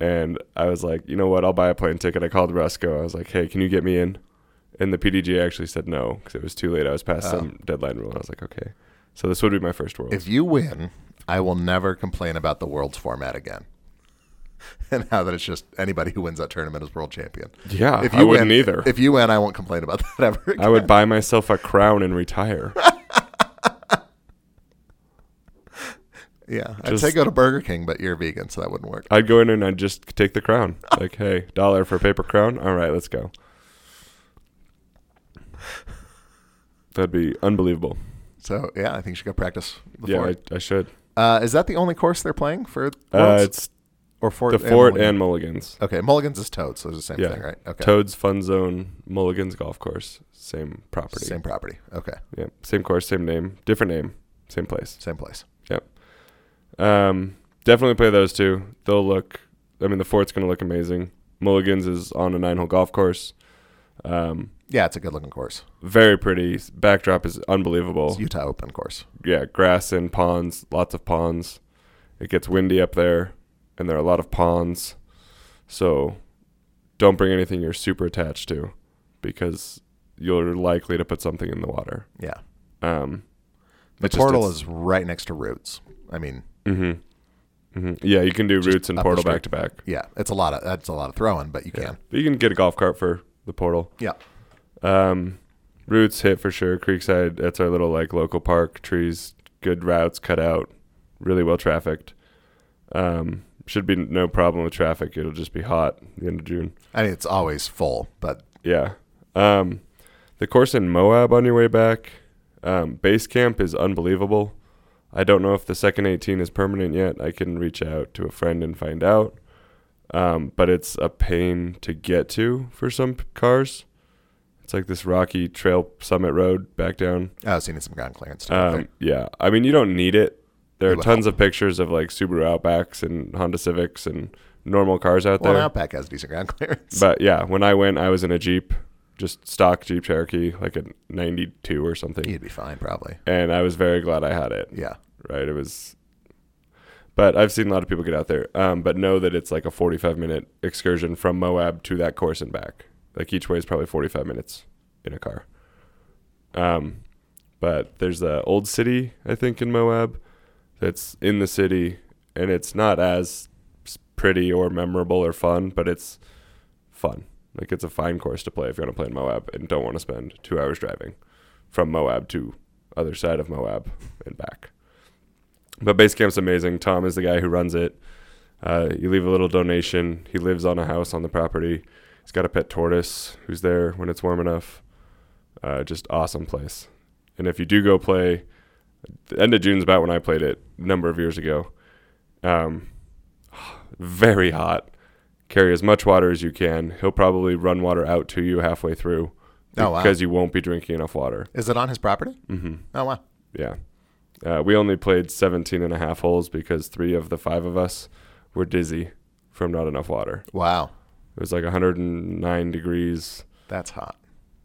Speaker 2: and I was like, you know what? I'll buy a plane ticket. I called Rusco. I was like, hey, can you get me in? And the PDG actually said no because it was too late. I was past
Speaker 1: Oh.
Speaker 2: some deadline rule. I was like, okay. So this would be my first world.
Speaker 1: If you win, I will never complain about the world's format again. And now that it's just anybody who wins that tournament is world champion.
Speaker 2: yeah,
Speaker 1: If
Speaker 2: Uh, I
Speaker 1: you
Speaker 2: wouldn't
Speaker 1: win,
Speaker 2: either.
Speaker 1: If you win, I won't complain about that ever again.
Speaker 2: I would buy myself a crown and retire.
Speaker 1: yeah, I'd
Speaker 2: just-
Speaker 1: say go to Burger King, but you're vegan, so that wouldn't work.
Speaker 2: I'd go in and I'd just take the crown. Like, hey, dollar for a paper crown. All right, let's go. That'd be unbelievable.
Speaker 1: So yeah, I think you should go practice. The
Speaker 2: yeah,
Speaker 1: fort.
Speaker 2: I, I should.
Speaker 1: Uh, is that the only course they're playing for?
Speaker 2: Uh,
Speaker 1: Worlds?
Speaker 2: it's
Speaker 1: or Fort
Speaker 2: the Fort
Speaker 1: Mulligan?
Speaker 2: and Mulligan's.
Speaker 1: okay, Mulligan's is Toad, so it's the same
Speaker 2: Yeah.
Speaker 1: thing, right? Okay,
Speaker 2: Toad's Fun Zone, Mulligan's Golf Course. Same property.
Speaker 1: same property. Okay,
Speaker 2: Yeah, same course, same name, different name, same place.
Speaker 1: same place.
Speaker 2: Um, definitely play those two. They'll look. I mean, the fort's going to look amazing. Mulligan's is on a nine hole golf course. Um,
Speaker 1: Yeah, it's a good looking course.
Speaker 2: very pretty. Backdrop is unbelievable.
Speaker 1: It's Utah Open course.
Speaker 2: yeah, grass and ponds, lots of ponds. It gets windy up there, and there are a lot of ponds. So don't bring anything you're super attached to because you're likely to put something in the water.
Speaker 1: Yeah.
Speaker 2: Um,
Speaker 1: The
Speaker 2: It just-
Speaker 1: portal
Speaker 2: it's-
Speaker 1: is right next to Roots. I mean,
Speaker 2: hmm Mm-hmm. Yeah, you can do roots and
Speaker 1: up the
Speaker 2: portal
Speaker 1: street.
Speaker 2: back to back.
Speaker 1: yeah, it's a lot of that's a lot of throwing, but you
Speaker 2: Yeah.
Speaker 1: can.
Speaker 2: But you can get a golf cart for the portal.
Speaker 1: Yeah.
Speaker 2: Um, roots hit for sure. Creekside, that's our little like local park. Trees, good routes cut out, really well trafficked. Um, should be no problem with traffic. It'll just be hot the end of June.
Speaker 1: I mean, it's always full, but
Speaker 2: Yeah. Um, the course in Moab on your way back, um, base camp is unbelievable. I don't know if the second 18 is permanent yet. I can reach out to a friend and find out. Um, but it's a pain to get to for some p- cars. It's like this rocky trail summit road back down.
Speaker 1: oh, so you need some ground clearance. To get there.
Speaker 2: Um, yeah. I mean, you don't need it. There
Speaker 1: It
Speaker 2: are
Speaker 1: would
Speaker 2: tons of pictures of like Subaru Outbacks and Honda Civics and normal cars out
Speaker 1: Well,
Speaker 2: there.
Speaker 1: an Outback has decent ground clearance.
Speaker 2: But yeah, when I went, I was in a Jeep, just stock Jeep Cherokee, like a 92 or something.
Speaker 1: You'd be fine, probably.
Speaker 2: And I was very glad I had it,
Speaker 1: Yeah.
Speaker 2: right? It was, but I've seen a lot of people get out there, um, but know that it's like a 45 minute excursion from Moab to that course and back. Like each way is probably 45 minutes in a car. Um, but there's the old city, I think, in Moab that's in the city, and it's not as s- pretty or memorable or fun, but it's fun. Like it's a fine course to play if you want to play in Moab and don't want to spend two hours driving from Moab to other side of Moab and back. But base camp's amazing. Tom is the guy who runs it. Uh, you leave a little donation. He lives on a house on the property. He's got a pet tortoise who's there when it's warm enough. Uh, just awesome place. And if you do go play, the end of June's about when I played it a number of years ago. Um, very hot. Carry as much water as you can. He'll probably run water out to you halfway through
Speaker 1: Oh, wow.
Speaker 2: because you won't be drinking enough water.
Speaker 1: Is it on his property?
Speaker 2: hmm
Speaker 1: Oh wow.
Speaker 2: Yeah. Uh, we only played 17 and a half holes because three of the five of us were dizzy from not enough water.
Speaker 1: Wow.
Speaker 2: It was like 109 degrees.
Speaker 1: That's hot.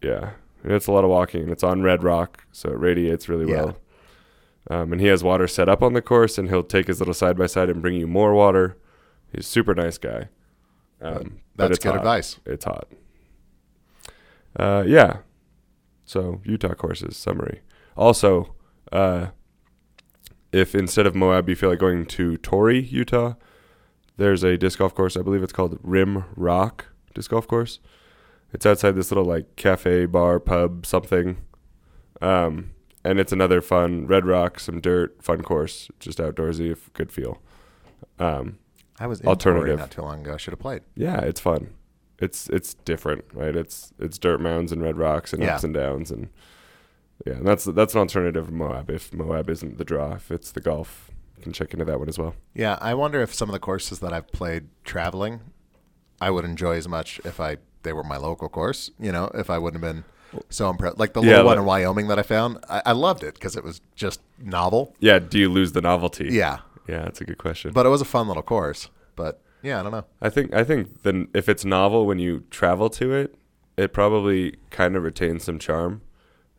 Speaker 2: Yeah. And it's a lot of walking. and It's on red rock, so it radiates really
Speaker 1: Yeah.
Speaker 2: well. Um, and he has water set up on the course, and he'll take his little side by side and bring you more water. He's a super nice guy. Um, but
Speaker 1: That's
Speaker 2: it's
Speaker 1: good
Speaker 2: hot.
Speaker 1: advice.
Speaker 2: It's hot. Uh, yeah. So Utah courses summary. Also, uh, if instead of Moab you feel like going to Torrey, Utah, there's a disc golf course. I believe it's called Rim Rock Disc Golf Course. It's outside this little like cafe, bar, pub, something. Um, and it's another fun red rock, some dirt, fun course, just outdoorsy, if good feel. Um,
Speaker 1: I was in
Speaker 2: Alternative.
Speaker 1: Torrey not too long ago. I should have played.
Speaker 2: yeah, it's fun. It's it's different, right? It's it's dirt mounds and red rocks and
Speaker 1: Yeah.
Speaker 2: ups and downs and yeah, and that's that's an alternative to Moab. If Moab isn't the draw, if it's the golf, you can check into that one as well.
Speaker 1: Yeah, I wonder if some of the courses that I've played traveling, I would enjoy as much if I they were my local course. You know, if I wouldn't have been so impressed. Like the
Speaker 2: Yeah,
Speaker 1: little one
Speaker 2: like-
Speaker 1: in Wyoming that I found, I, I loved it because it was just novel.
Speaker 2: Yeah, do you lose the novelty?
Speaker 1: Yeah,
Speaker 2: yeah, that's a good question.
Speaker 1: but it was a fun little course. But yeah, I don't know.
Speaker 2: I think I think then if it's novel when you travel to it, it probably kind of retains some charm.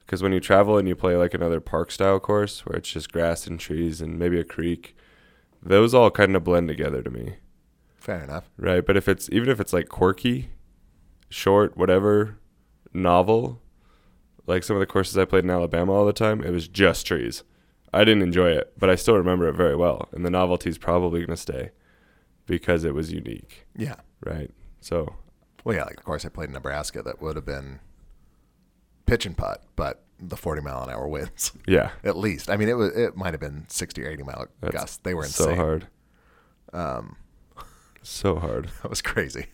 Speaker 2: Because when you travel and you play like another park style course where it's just grass and trees and maybe a creek, those all kind of blend together to me,
Speaker 1: Fair enough.
Speaker 2: right? But if it's even if it's like quirky, short, whatever, novel, like some of the courses I played in Alabama all the time, it was just trees. I didn't enjoy it, but I still remember it very well, and the novelty's probably gonna stay because it was unique
Speaker 1: Yeah.
Speaker 2: right? So
Speaker 1: Well, yeah, like the course I played in Nebraska that would have been pitch and putt, but the forty mile an hour winds
Speaker 2: yeah,
Speaker 1: at least. I mean, it was it might have been sixty or eighty mile
Speaker 2: That's
Speaker 1: gusts. They were
Speaker 2: so
Speaker 1: insane.
Speaker 2: hard,
Speaker 1: Um,
Speaker 2: so hard.
Speaker 1: That was crazy.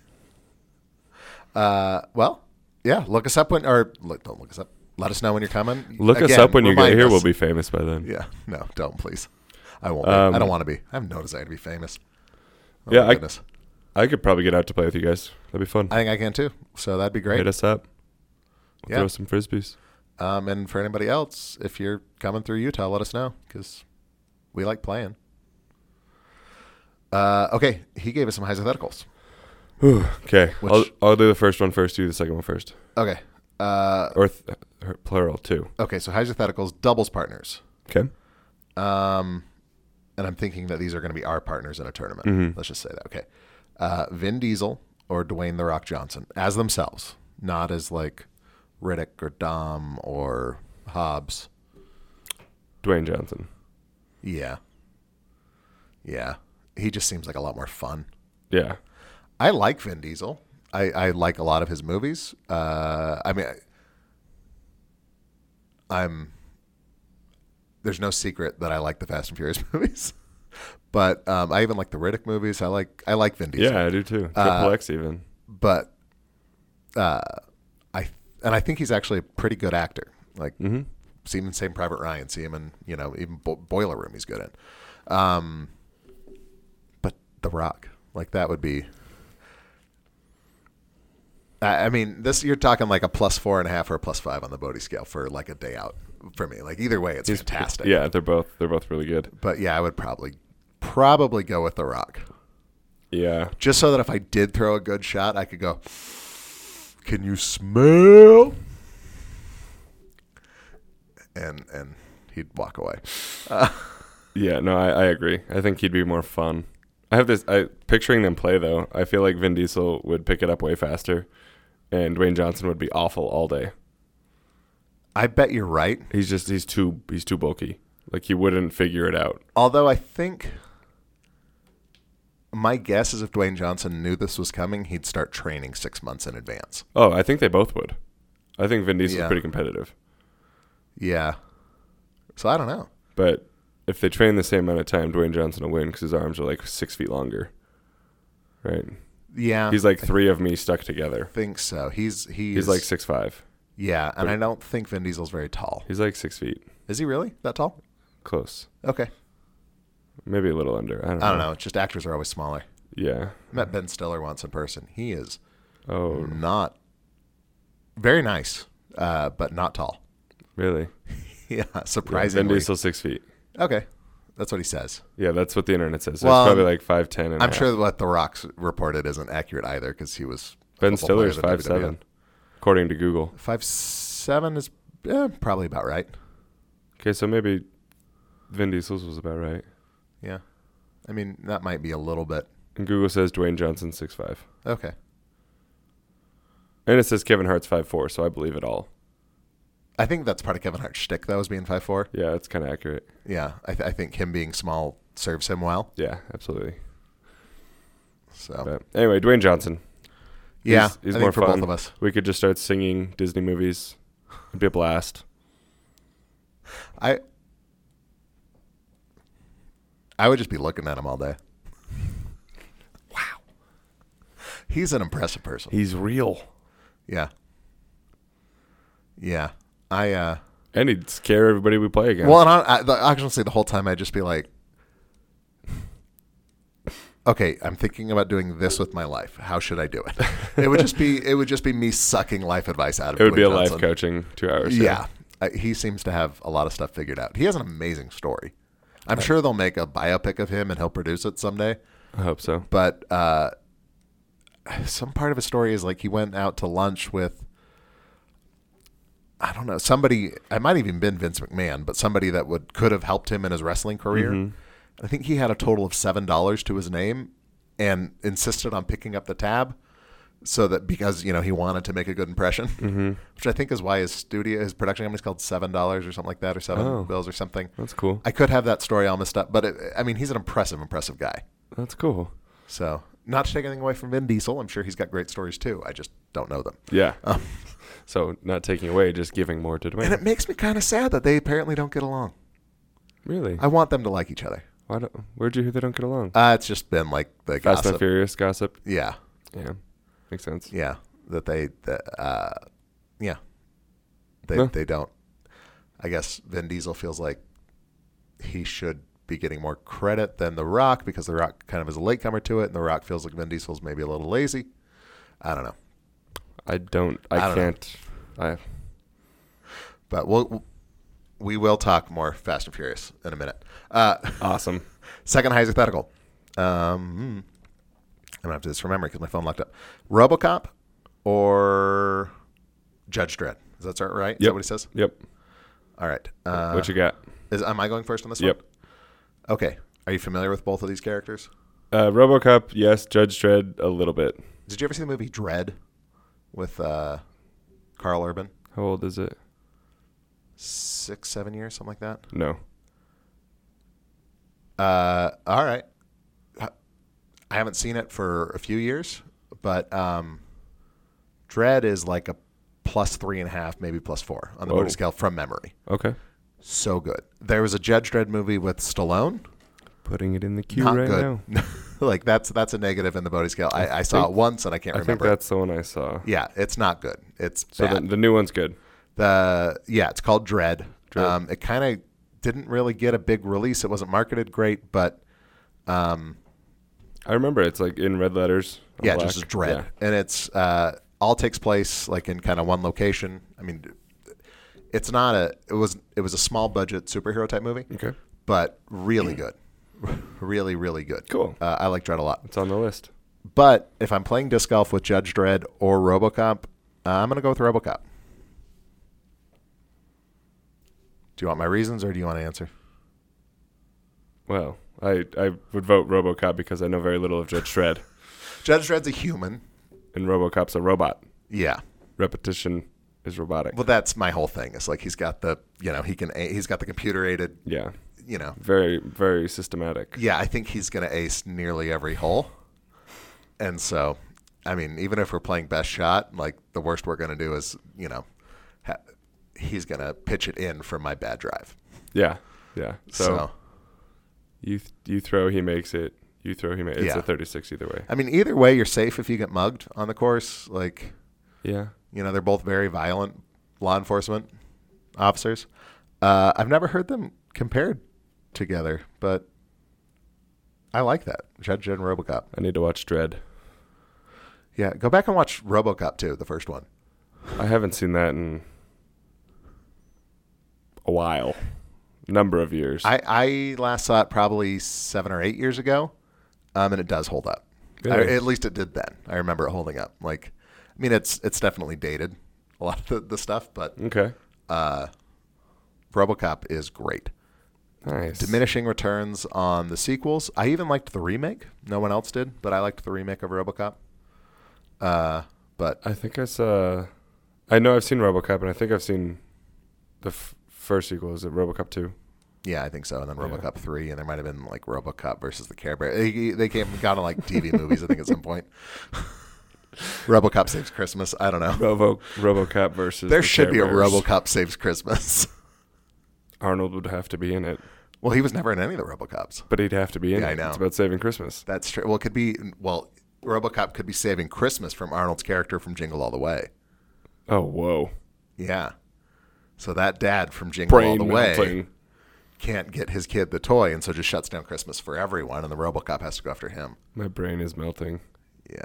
Speaker 1: Uh, well, yeah. Look us up when, or look, don't look us up. Let us know when you're coming.
Speaker 2: Look us
Speaker 1: Again,
Speaker 2: up when you get
Speaker 1: remind
Speaker 2: here.
Speaker 1: us.
Speaker 2: We'll be famous by then. Yeah,
Speaker 1: Yeah. No, don't please. I won't. Be.
Speaker 2: Um,
Speaker 1: I don't want to be. I have no desire to be famous. Oh,
Speaker 2: Yeah,
Speaker 1: my
Speaker 2: I-
Speaker 1: goodness.
Speaker 2: I could probably get out to play with you guys. That'd be fun.
Speaker 1: I, think I can too. So that'd be
Speaker 2: Hit
Speaker 1: great.
Speaker 2: us up. We'll
Speaker 1: Yeah.
Speaker 2: Throw some frisbees.
Speaker 1: Um, and for anybody else, if you're coming through Utah, let us know because we like playing. Uh, okay, he gave us some hypotheticals.
Speaker 2: Okay, I'll,
Speaker 1: Which-
Speaker 2: I'll do the first one first. You do the second one first,
Speaker 1: Okay. Uh,
Speaker 2: or th- her- plural two.
Speaker 1: okay. So hypotheticals, doubles partners.
Speaker 2: Okay.
Speaker 1: Um, and I'm thinking that these are going to be our partners in a tournament. Let's just say that. Okay. Uh, Vin Diesel or Dwayne The Rock Johnson as themselves, not as like Riddick or Dom or Hobbs.
Speaker 2: Dwayne Johnson.
Speaker 1: Yeah. Yeah. He just seems like a lot more fun.
Speaker 2: Yeah.
Speaker 1: I like Vin Diesel. I, I like a lot of his movies. Uh, I mean, I, I'm. There's no secret that I like the Fast and Furious movies, but um, I even like the Riddick movies. I like I like Vin Diesel,
Speaker 2: Yeah, I do too.
Speaker 1: Uh,
Speaker 2: Triple X even.
Speaker 1: but uh, I and I think he's actually a pretty good actor. Like
Speaker 2: Mm-hmm.
Speaker 1: see him in Saving Private Ryan, see him in you know even Bo- Boiler Room he's good in. Um, but The Rock, like that would be. I I mean, this you're talking like a plus four and a half or a plus five on the Bodie scale for like a day out for me. Like either way, it's fantastic.
Speaker 2: Yeah, they're both they're both really good.
Speaker 1: But yeah, I would probably probably go with The Rock,
Speaker 2: Yeah.
Speaker 1: just so that if I did throw a good shot, I could go. Can you smell? And and he'd walk away.
Speaker 2: Yeah, no, I, I agree. I think he'd be more fun. I have this I picturing them play though, I feel like Vin Diesel would pick it up way faster and Dwayne Johnson would be awful all day.
Speaker 1: I bet you're right.
Speaker 2: He's just he's too he's too bulky. Like he wouldn't figure it out.
Speaker 1: Although I think my guess is if Dwayne Johnson knew this was coming, he'd start training six months in advance.
Speaker 2: Oh, I think they both would. I think Vin Diesel's
Speaker 1: Yeah.
Speaker 2: pretty competitive.
Speaker 1: Yeah. So I don't know.
Speaker 2: But if they train the same amount of time, Dwayne Johnson will win because his arms are like six feet longer. Right?
Speaker 1: Yeah.
Speaker 2: He's like three of me stuck together.
Speaker 1: I think so. He's he's,
Speaker 2: He's like six five.
Speaker 1: yeah, and I don't think Vin Diesel's very tall.
Speaker 2: He's like six feet.
Speaker 1: Is he really that tall?
Speaker 2: Close.
Speaker 1: Okay.
Speaker 2: Maybe a little under. I don't know.
Speaker 1: I don't know. It's just actors are always smaller.
Speaker 2: Yeah.
Speaker 1: I met Ben Stiller once in person. He is
Speaker 2: Oh,
Speaker 1: not very nice, uh, but not tall.
Speaker 2: really?
Speaker 1: Yeah,
Speaker 2: Vin
Speaker 1: surprisingly.
Speaker 2: Diesel six feet.
Speaker 1: Okay, that's what he says.
Speaker 2: Yeah, that's what the internet says. So
Speaker 1: Well,
Speaker 2: it's probably like five ten.
Speaker 1: I'm sure what The Rock's reported isn't accurate either because he was a
Speaker 2: Ben
Speaker 1: football
Speaker 2: Stiller is
Speaker 1: player that
Speaker 2: five seven, according to Google.
Speaker 1: WWE. Five seven is eh, probably about right.
Speaker 2: Okay, so maybe Vin Diesel's was about right.
Speaker 1: Yeah, I mean that might be a little bit
Speaker 2: And Google says Dwayne Johnson six five,
Speaker 1: okay.
Speaker 2: and it says Kevin Hart's five four. So I believe it all.
Speaker 1: I think that's part of Kevin Hart's shtick though, is being five four.
Speaker 2: Yeah, it's kind of accurate.
Speaker 1: Yeah, I, th- I think him being small serves him well.
Speaker 2: Yeah, absolutely.
Speaker 1: So
Speaker 2: But anyway, Dwayne Johnson.
Speaker 1: yeah,
Speaker 2: he's- he's
Speaker 1: I think
Speaker 2: more
Speaker 1: for
Speaker 2: fun.
Speaker 1: both of us.
Speaker 2: We could just start singing Disney movies. It'd be a blast.
Speaker 1: I I would just be looking at him all day. wow, he's an impressive person.
Speaker 2: He's real,
Speaker 1: Yeah. Yeah. I, uh,
Speaker 2: and he'd scare everybody we play against.
Speaker 1: well, and I, I, the, honestly, the whole time I'd just be like, okay, I'm thinking about doing this with my life. How should I do it? it would just be, it would just be me sucking life advice out of
Speaker 2: it would be
Speaker 1: Dwayne
Speaker 2: a life
Speaker 1: Johnson.
Speaker 2: coaching two hours.
Speaker 1: Yeah. I, he seems to have a lot of stuff figured out. He has an amazing story. I'm sure they'll make a biopic of him and he'll produce it someday.
Speaker 2: I hope so.
Speaker 1: but uh, some part of his story is like he went out to lunch with I don't know somebody. I might have even been Vince McMahon, but somebody that would could have helped him in his wrestling career.
Speaker 2: Mm-hmm.
Speaker 1: I think he had a total of seven dollars to his name, and insisted on picking up the tab, so that because you know he wanted to make a good impression,
Speaker 2: Mm-hmm.
Speaker 1: which I think is why his studio, his production company's called Seven Dollars or something like that, or Seven
Speaker 2: Oh.
Speaker 1: Bills or something.
Speaker 2: That's cool.
Speaker 1: I could have that story all messed up, but it, I mean he's an impressive, impressive guy.
Speaker 2: That's cool.
Speaker 1: So, not to take anything away from Vin Diesel, I'm sure he's got great stories too. I just don't know them.
Speaker 2: Yeah. so not taking away, just giving more to
Speaker 1: Um. And
Speaker 2: Dwayne.
Speaker 1: it makes me kind of sad that they apparently don't get along.
Speaker 2: really?
Speaker 1: I want them to like each other.
Speaker 2: Why don't, where'd you hear they don't get along?
Speaker 1: Uh, it's just been like the
Speaker 2: Fast and
Speaker 1: gossip.
Speaker 2: Furious gossip.
Speaker 1: Yeah,
Speaker 2: Yeah, makes sense.
Speaker 1: yeah, that they, that, uh, yeah, they
Speaker 2: Yeah.
Speaker 1: they don't. I guess Vin Diesel feels like he should be getting more credit than The Rock because The Rock kind of is a latecomer to it, and The Rock feels like Vin Diesel's maybe a little lazy. I don't know.
Speaker 2: I don't. I,
Speaker 1: I don't know.
Speaker 2: can't. I
Speaker 1: But we'll we will talk more Fast and Furious in a minute. Uh,
Speaker 2: awesome.
Speaker 1: second hypothetical. Um, mm. I'm gonna have to do this from memory because my phone locked up. RoboCop or Judge Dredd? Is that right? Is
Speaker 2: Yep.
Speaker 1: that what he says?
Speaker 2: Yep.
Speaker 1: All right. Uh,
Speaker 2: what you got?
Speaker 1: is, am I going first on this
Speaker 2: Yep.
Speaker 1: one? Okay. Are you familiar with both of these characters?
Speaker 2: Uh, RoboCop, yes. Judge Dredd, a little bit.
Speaker 1: Did you ever see the movie Dread with uh, Carl Urban?
Speaker 2: How old is it?
Speaker 1: Six, seven years, something like that.
Speaker 2: No.
Speaker 1: Uh, all right. I haven't seen it for a few years, but um, Dread is like a plus three and a half, maybe plus four on the
Speaker 2: Whoa.
Speaker 1: motor scale from memory.
Speaker 2: Okay.
Speaker 1: So good. There was a Judge Dredd movie with Stallone.
Speaker 2: Putting it in the queue
Speaker 1: Not
Speaker 2: right now.
Speaker 1: good. like that's that's a negative in the body scale. I, I saw
Speaker 2: think-
Speaker 1: it once and I can't
Speaker 2: I think
Speaker 1: remember.
Speaker 2: that's the one I saw.
Speaker 1: yeah, it's not good. It's
Speaker 2: So
Speaker 1: bad.
Speaker 2: the, the new one's good.
Speaker 1: The yeah, it's called Dread.
Speaker 2: Dread.
Speaker 1: Um, it kind of didn't really get a big release. It wasn't marketed great, but um,
Speaker 2: I remember it's like in red letters. on
Speaker 1: yeah,
Speaker 2: black.
Speaker 1: just Dread, and it's uh, all takes place like in kind of one location. I mean, it's not a it was it was a small budget superhero type movie,
Speaker 2: Yeah. Okay.
Speaker 1: but really good, really really good.
Speaker 2: Cool.
Speaker 1: Uh, I like Dread a lot.
Speaker 2: It's on the list.
Speaker 1: But if I'm playing disc golf with Judge Dredd or RoboCop, uh, I'm gonna go with RoboCop. Do you want my reasons or do you want to answer?
Speaker 2: Well, I, I would vote RoboCop because I know very little of Judge Dredd,
Speaker 1: Judge Dredd's a human.
Speaker 2: and RoboCop's a robot.
Speaker 1: Yeah.
Speaker 2: Repetition is robotic.
Speaker 1: Well, that's my whole thing. It's like he's got the, you know, he can, a- he's got the computer aided,
Speaker 2: yeah,
Speaker 1: you know.
Speaker 2: very very systematic.
Speaker 1: Yeah, I think he's going to ace nearly every hole. And so, I mean, even if we're playing best shot, like the worst we're going to do is, you know, ha- he's going to pitch it in from my bad drive.
Speaker 2: Yeah, yeah. So,
Speaker 1: So,
Speaker 2: you th- you throw, he makes it. You throw, he makes. It's
Speaker 1: Yeah.
Speaker 2: a thirty-six either way.
Speaker 1: I mean, either way, you're safe if you get mugged on the course. Like,
Speaker 2: Yeah.
Speaker 1: you know, they're both very violent law enforcement officers. Uh, I've never heard them compared together, but I like that. Judge and Robocop.
Speaker 2: I need to watch Dread.
Speaker 1: Yeah, go back and watch Robocop too, the first one.
Speaker 2: I haven't seen that in a while, number of years.
Speaker 1: I, I last saw it probably seven or eight years ago, um, and it does hold up. I-
Speaker 2: Really?
Speaker 1: at least it did then. I remember it holding up. Like, I mean, it's it's definitely dated a lot of the, the stuff, but
Speaker 2: okay.
Speaker 1: uh, Robocop is great.
Speaker 2: Nice.
Speaker 1: diminishing returns on the sequels. I even liked the remake. No one else did, but I liked the remake of RoboCop. Uh, but
Speaker 2: I think I saw. I know I've seen RoboCop, and I think I've seen the f- first sequel. Is it RoboCop Two?
Speaker 1: yeah, I think so. And then
Speaker 2: Yeah.
Speaker 1: RoboCop three, and there might have been like RoboCop versus the Care Bear. They, they came got on like TV movies, I think, at some point. RoboCop saves Christmas. I don't know.
Speaker 2: Robo RoboCop versus.
Speaker 1: There
Speaker 2: the
Speaker 1: should
Speaker 2: Care
Speaker 1: be a
Speaker 2: Bears.
Speaker 1: RoboCop saves Christmas.
Speaker 2: Arnold would have to be in it,
Speaker 1: well, he was never in any of the RoboCops.
Speaker 2: but he'd have to be in
Speaker 1: Yeah,
Speaker 2: it.
Speaker 1: I know.
Speaker 2: It's about saving Christmas.
Speaker 1: That's true. Well, it could be. Well, RoboCop could be saving Christmas from Arnold's character from Jingle All the Way.
Speaker 2: Oh whoa!
Speaker 1: Yeah. So that dad from Jingle
Speaker 2: Brain
Speaker 1: All the Way
Speaker 2: melting.
Speaker 1: can't get his kid the toy, and so just shuts down Christmas for everyone, and the RoboCop has to go after him.
Speaker 2: My brain is melting.
Speaker 1: Yeah.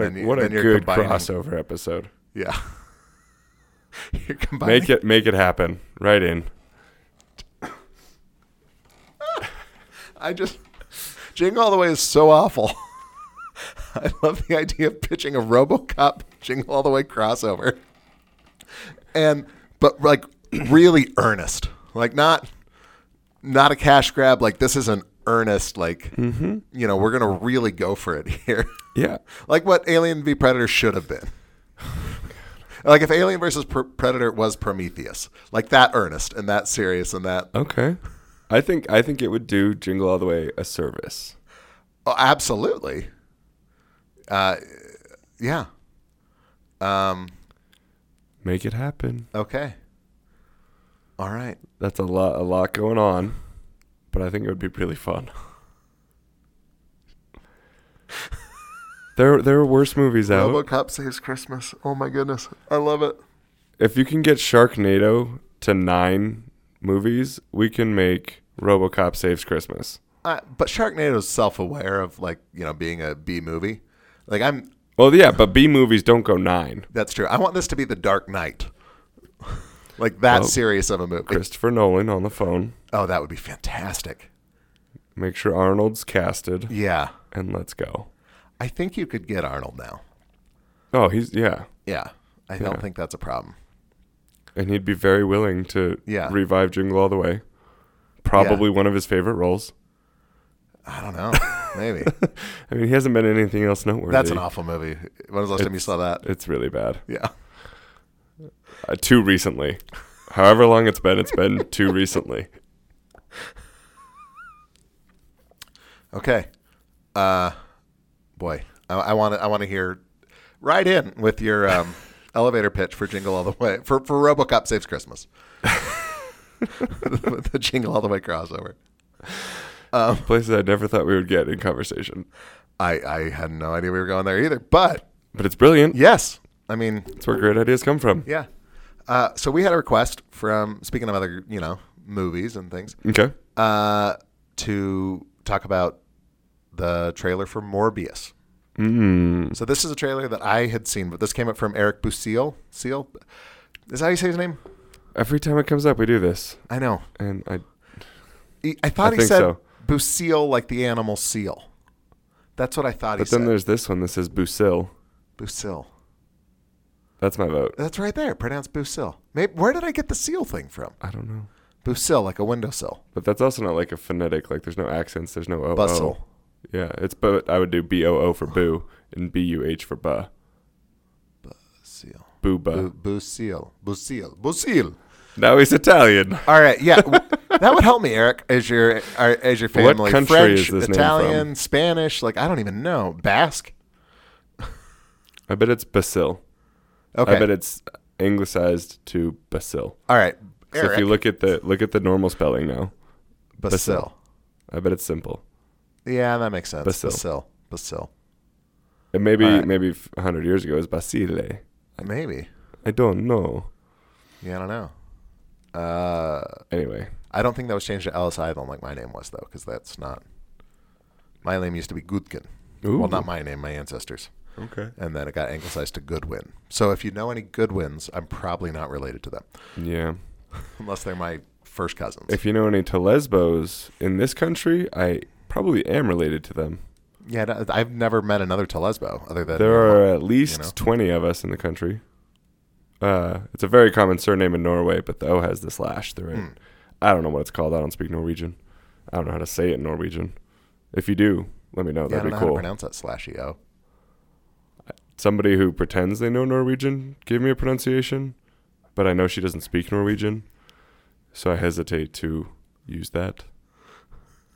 Speaker 1: And
Speaker 2: a,
Speaker 1: then you-
Speaker 2: what a
Speaker 1: then you're
Speaker 2: good
Speaker 1: combining-
Speaker 2: crossover episode.
Speaker 1: Yeah. You're combining.
Speaker 2: Make it make it happen. Right in.
Speaker 1: I just Jingle All the Way is so awful. I love the idea of pitching a RoboCop Jingle All the Way crossover, and but like really earnest, like not not a cash grab. Like this is an earnest, like you know, we're gonna really go for it here.
Speaker 2: Yeah.
Speaker 1: like what Alien v Predator should have been. Like if Alien versus Pr- Predator was Prometheus, like that earnest and that serious and that
Speaker 2: Okay. I think I think it would do Jingle All the Way a service.
Speaker 1: Oh, absolutely. Uh, yeah. Um,
Speaker 2: Make it happen.
Speaker 1: okay. All right.
Speaker 2: That's a lot a lot going on, but I think it would be really fun. there there are worse movies out.
Speaker 1: RoboCop saves Christmas. Oh my goodness, I love it.
Speaker 2: If you can get Sharknado to 9 movies, we can make RoboCop Saves Christmas.
Speaker 1: Uh, but Sharknado is self-aware of like you know being a B movie. Like I'm.
Speaker 2: Well, yeah, but B movies don't go 9.
Speaker 1: That's true. I want this to be the Dark Knight. like that serious of a movie.
Speaker 2: Christopher Nolan on the phone.
Speaker 1: Oh, that would be fantastic.
Speaker 2: Make sure Arnold's casted
Speaker 1: Yeah.
Speaker 2: and let's go.
Speaker 1: I think you could get Arnold now.
Speaker 2: Oh, he's yeah,
Speaker 1: Yeah. I
Speaker 2: Yeah.
Speaker 1: don't think that's a problem.
Speaker 2: and he'd be very willing to
Speaker 1: Yeah.
Speaker 2: revive Jingle All the Way. Probably one of his favorite roles.
Speaker 1: I don't know. Maybe.
Speaker 2: I mean, he hasn't been in anything else noteworthy.
Speaker 1: that's an awful movie. When was the last time you saw that?
Speaker 2: It's really bad.
Speaker 1: Yeah.
Speaker 2: Uh, too recently. However long it's been, it's been too recently.
Speaker 1: Okay. Uh, boy, I want to. I want to hear right in with your um, elevator pitch for Jingle All the Way for for RoboCop Saves Christmas. With the Jingle All the Way crossover.
Speaker 2: Places I never thought we would get in conversation.
Speaker 1: I I had no idea we were going there either, but
Speaker 2: But it's brilliant.
Speaker 1: yes, I mean
Speaker 2: It's where great ideas come from.
Speaker 1: yeah. Uh, so we had a request from speaking of other you know movies and things
Speaker 2: Okay.
Speaker 1: uh, to talk about the trailer for Morbius.
Speaker 2: Mm.
Speaker 1: So this is a trailer that I had seen, but this came up from Eric Busil. Seal, is that how you say his name?
Speaker 2: Every time it comes up, we do this,
Speaker 1: I know.
Speaker 2: and I
Speaker 1: He, I thought
Speaker 2: I
Speaker 1: he
Speaker 2: think
Speaker 1: said
Speaker 2: so.
Speaker 1: Busil like the animal seal. That's what I thought
Speaker 2: But
Speaker 1: he
Speaker 2: then
Speaker 1: said.
Speaker 2: there's this one that says Busil.
Speaker 1: Busil.
Speaker 2: That's my vote.
Speaker 1: That's right there. Pronounced Busil. Maybe, where did I get the seal thing from?
Speaker 2: I don't know.
Speaker 1: Busil, like a windowsill.
Speaker 2: But that's also not like a phonetic. Like there's no accents. There's no o.
Speaker 1: Bustle.
Speaker 2: Yeah, it's but I would do b o o for boo and b u h for buh.
Speaker 1: Seal. Bu-
Speaker 2: Booba.
Speaker 1: Busil. Busil. Busil.
Speaker 2: Now he's Italian.
Speaker 1: All right. Yeah. W- that would help me, Eric, as your uh, as your
Speaker 2: What
Speaker 1: family.
Speaker 2: country
Speaker 1: French,
Speaker 2: is this name from?
Speaker 1: Italian, Spanish. Like I don't even know. Basque.
Speaker 2: I bet it's Basil.
Speaker 1: Okay.
Speaker 2: I bet it's anglicized to Basil.
Speaker 1: All right.
Speaker 2: So if you look at the look at the normal spelling now,
Speaker 1: Basil.
Speaker 2: I bet it's simple.
Speaker 1: Yeah, that makes sense.
Speaker 2: Basil.
Speaker 1: Basil. Basil. Basil.
Speaker 2: And maybe
Speaker 1: Alright.
Speaker 2: maybe f- 100 years ago it was Basile.
Speaker 1: Maybe.
Speaker 2: I don't know.
Speaker 1: Yeah, I don't know. Uh,
Speaker 2: Anyway,
Speaker 1: I don't think that was changed to Ellis Island like my name was, though, because that's not. My name used to be Gudkin.
Speaker 2: Ooh.
Speaker 1: Well, not my name, my ancestors.
Speaker 2: okay.
Speaker 1: And then it got anglicized to Goodwin. So if you know any Goodwins, I'm probably not related to them,
Speaker 2: Yeah.
Speaker 1: unless they're my first cousins.
Speaker 2: If you know any Telesbos in this country, I probably am related to them.
Speaker 1: yeah, no, I've never met another Telesbo other than. Hmm.
Speaker 2: There are at least
Speaker 1: know.
Speaker 2: 20 of us in the country. Uh, it's a very common surname in Norway, but the O has the slash through it.
Speaker 1: Hmm.
Speaker 2: I don't know what it's called. I don't speak Norwegian. I don't know how to say it in Norwegian. If you do, let me know.
Speaker 1: yeah, I
Speaker 2: That'd
Speaker 1: don't
Speaker 2: be
Speaker 1: know how to
Speaker 2: cool.
Speaker 1: pronounce that slash EO.
Speaker 2: Somebody who pretends they know Norwegian, give me a pronunciation, but I know she doesn't speak Norwegian, so I hesitate to use that.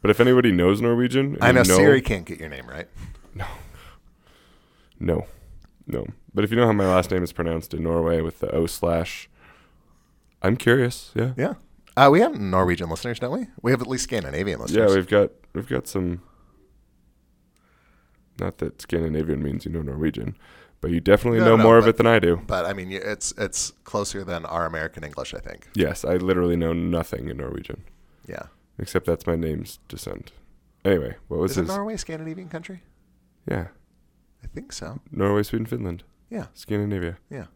Speaker 2: But if anybody knows Norwegian, and
Speaker 1: I
Speaker 2: you
Speaker 1: know Siri can't get your name right.
Speaker 2: No, no. But if you know how my last name is pronounced in Norway with the O slash, I'm curious. Yeah,
Speaker 1: Yeah. Uh, we have Norwegian listeners, don't we? We have at least Scandinavian
Speaker 2: yeah.
Speaker 1: listeners.
Speaker 2: We've got we've got some. Not that Scandinavian means you know Norwegian, but you definitely
Speaker 1: No,
Speaker 2: know
Speaker 1: no,
Speaker 2: more of
Speaker 1: but-
Speaker 2: it than I do.
Speaker 1: but I mean, y- it's it's closer than our American English, I think.
Speaker 2: Yes, I literally know nothing in Norwegian
Speaker 1: Yeah.
Speaker 2: except that's my name's descent. Anyway, what was
Speaker 1: Is it
Speaker 2: his?
Speaker 1: Norway a Scandinavian country?
Speaker 2: yeah,
Speaker 1: I think so.
Speaker 2: Norway, Sweden, Finland,
Speaker 1: Yeah,
Speaker 2: Scandinavia.
Speaker 1: yeah.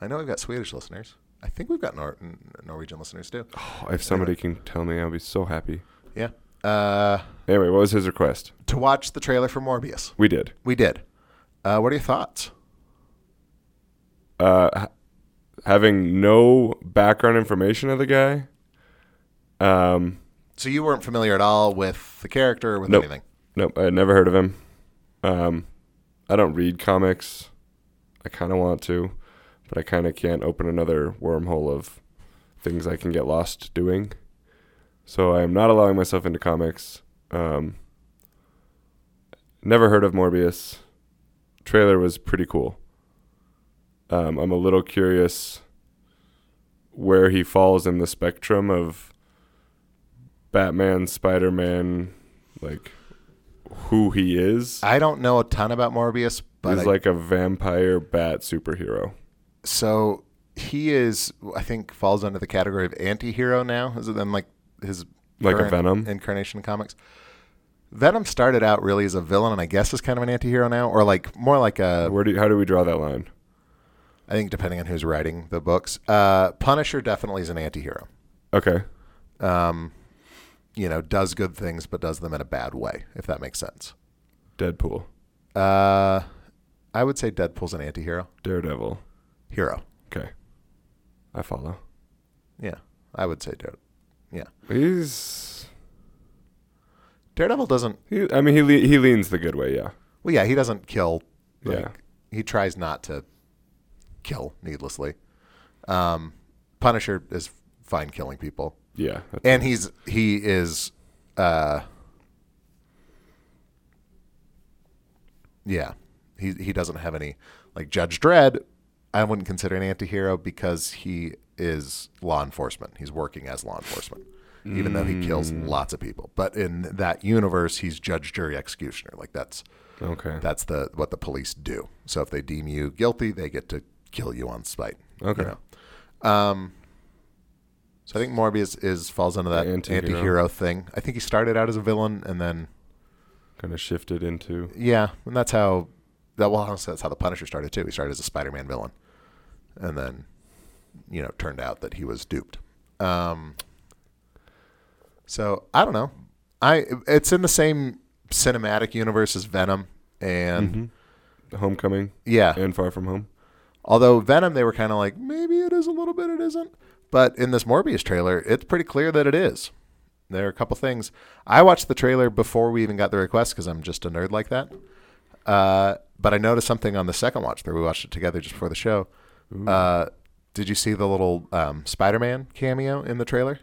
Speaker 1: I know we've got Swedish listeners. I think we've got Nor- N- Norwegian listeners too.
Speaker 2: Oh, if somebody can tell me, I'll be so happy.
Speaker 1: Yeah. Uh,
Speaker 2: Anyway, what was his request?
Speaker 1: to watch the trailer for Morbius,
Speaker 2: We did.
Speaker 1: we did. Uh, what are your thoughts?
Speaker 2: uh, ha- having no background information of the guy. Um,
Speaker 1: So you weren't familiar at all with the character or with
Speaker 2: Nope.
Speaker 1: anything.
Speaker 2: nope, I had never heard of him. Um, I don't read comics. I kind of want to, but I kind of can't open another wormhole of things I can get lost doing. So I am not allowing myself into comics. Um, never heard of Morbius. Trailer was pretty cool. Um, I'm a little curious where he falls in the spectrum of Batman, Spider Man, like who he is.
Speaker 1: I don't know a ton about Morbius, but
Speaker 2: He's
Speaker 1: I-
Speaker 2: like a vampire bat superhero.
Speaker 1: so he is. I think falls under the category of anti-hero now. Is it then like his
Speaker 2: Like a
Speaker 1: current
Speaker 2: Venom.
Speaker 1: incarnation in comics. Venom started out really as a villain, and I guess is kind of an antihero now, or like more like a.
Speaker 2: Where do you, how do we draw that line?
Speaker 1: I think depending on who's writing the books, uh, Punisher definitely is an antihero.
Speaker 2: Okay.
Speaker 1: Um, you know, does good things but does them in a bad way, if that makes sense.
Speaker 2: Deadpool.
Speaker 1: Uh, I would say Deadpool's an anti-hero.
Speaker 2: Daredevil.
Speaker 1: Hero.
Speaker 2: Okay. I follow.
Speaker 1: Yeah, I would say Daredevil. Yeah,
Speaker 2: He's.
Speaker 1: Daredevil doesn't.
Speaker 2: He, I mean, he le- he leans the good way. Yeah.
Speaker 1: Well, yeah, he doesn't kill. Like,
Speaker 2: Yeah.
Speaker 1: He tries not to kill needlessly. Um, Punisher is fine killing people,
Speaker 2: Yeah. that's-
Speaker 1: and he's he is. Uh, yeah, he he doesn't have any like Judge Dredd. I wouldn't consider an anti-hero because he is law enforcement. He's working as law enforcement, even though he kills lots of people. But in that universe, he's judge, jury, executioner. Like that's
Speaker 2: okay.
Speaker 1: that's the what the police do. So if they deem you guilty, they get to kill you on spite. you
Speaker 2: Okay.
Speaker 1: know? Um. So I think Morbius is falls under that
Speaker 2: Anti-hero.
Speaker 1: anti-hero thing. I think he started out as a villain, and then
Speaker 2: kind of shifted into.
Speaker 1: yeah, and that's how that. Well, honestly, that's how the Punisher started too. He started as a Spider-Man villain, and then you know turned out that he was duped. Um, so I don't know. I it's in the same cinematic universe as Venom, and
Speaker 2: Mm-hmm. Homecoming
Speaker 1: yeah,
Speaker 2: and Far From Home.
Speaker 1: Although Venom, they were kind of like, maybe it is a little bit, it isn't. But in this Morbius trailer, it's pretty clear that it is. There are a couple things. I watched the trailer before we even got the request because I'm just a nerd like that. Uh, but I noticed something on the second watch through. We watched it together just before the show. Uh, did you see the little um, Spider Man cameo in the trailer?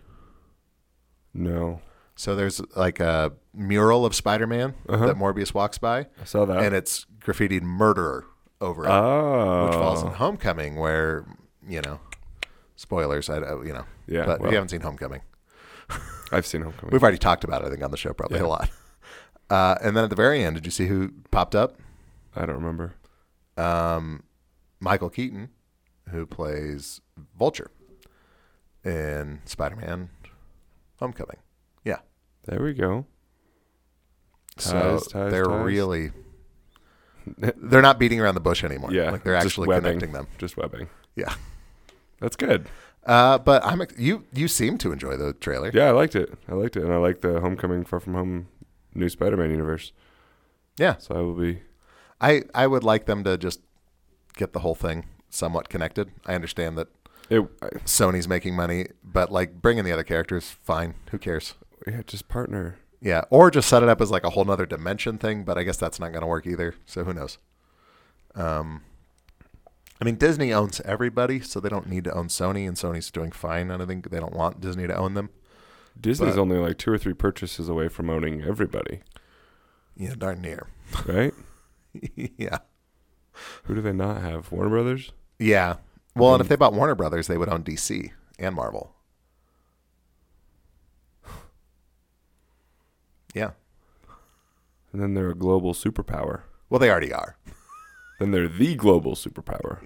Speaker 2: No.
Speaker 1: So there's like a mural of Spider Man
Speaker 2: Uh-huh.
Speaker 1: that Morbius walks by,
Speaker 2: I saw that.
Speaker 1: and it's graffitied murderer over it
Speaker 2: oh.
Speaker 1: which falls in Homecoming, where you know, spoilers. I I- you know,
Speaker 2: Yeah,
Speaker 1: But if
Speaker 2: well.
Speaker 1: you haven't seen Homecoming,
Speaker 2: I've seen Homecoming.
Speaker 1: we've already talked about it. I think on the show probably
Speaker 2: Yeah.
Speaker 1: a lot. Uh, and then at the very end, did you see who popped up?
Speaker 2: I don't remember.
Speaker 1: Um, Michael Keaton, who plays Vulture in Spider-Man: Homecoming. Yeah,
Speaker 2: There we go.
Speaker 1: so
Speaker 2: Ties, ties,
Speaker 1: they're
Speaker 2: ties.
Speaker 1: really they're not beating around the bush anymore.
Speaker 2: Yeah,
Speaker 1: like they're
Speaker 2: just
Speaker 1: actually
Speaker 2: webbing.
Speaker 1: connecting them.
Speaker 2: Just webbing.
Speaker 1: Yeah.
Speaker 2: That's good.
Speaker 1: Uh, but I'm ex- you you seem to enjoy the trailer.
Speaker 2: Yeah, I liked it. I liked it, and I like the Homecoming Far From Home new Spider-Man universe.
Speaker 1: Yeah.
Speaker 2: So I will be.
Speaker 1: I I would like them to just get the whole thing somewhat connected. I understand that
Speaker 2: It, I-
Speaker 1: Sony's making money, but like bring in the other characters, fine. Who cares?
Speaker 2: yeah, just partner.
Speaker 1: Yeah, or just set it up as like a whole nother dimension thing. But I guess that's not going to work either. So who knows? Um, I mean Disney owns everybody, so they don't need to own Sony, and Sony's doing fine. And I think they don't want Disney to own them.
Speaker 2: Disney's
Speaker 1: But-
Speaker 2: only like two or three purchases away from owning everybody,
Speaker 1: Yeah, darn near.
Speaker 2: right?
Speaker 1: yeah,
Speaker 2: Who do they not have? Warner Brothers.
Speaker 1: yeah. Well, and if they bought Warner Brothers, they would own DC and Marvel. Yeah.
Speaker 2: And then they're a global superpower.
Speaker 1: Well, they already are.
Speaker 2: Then they're the global superpower.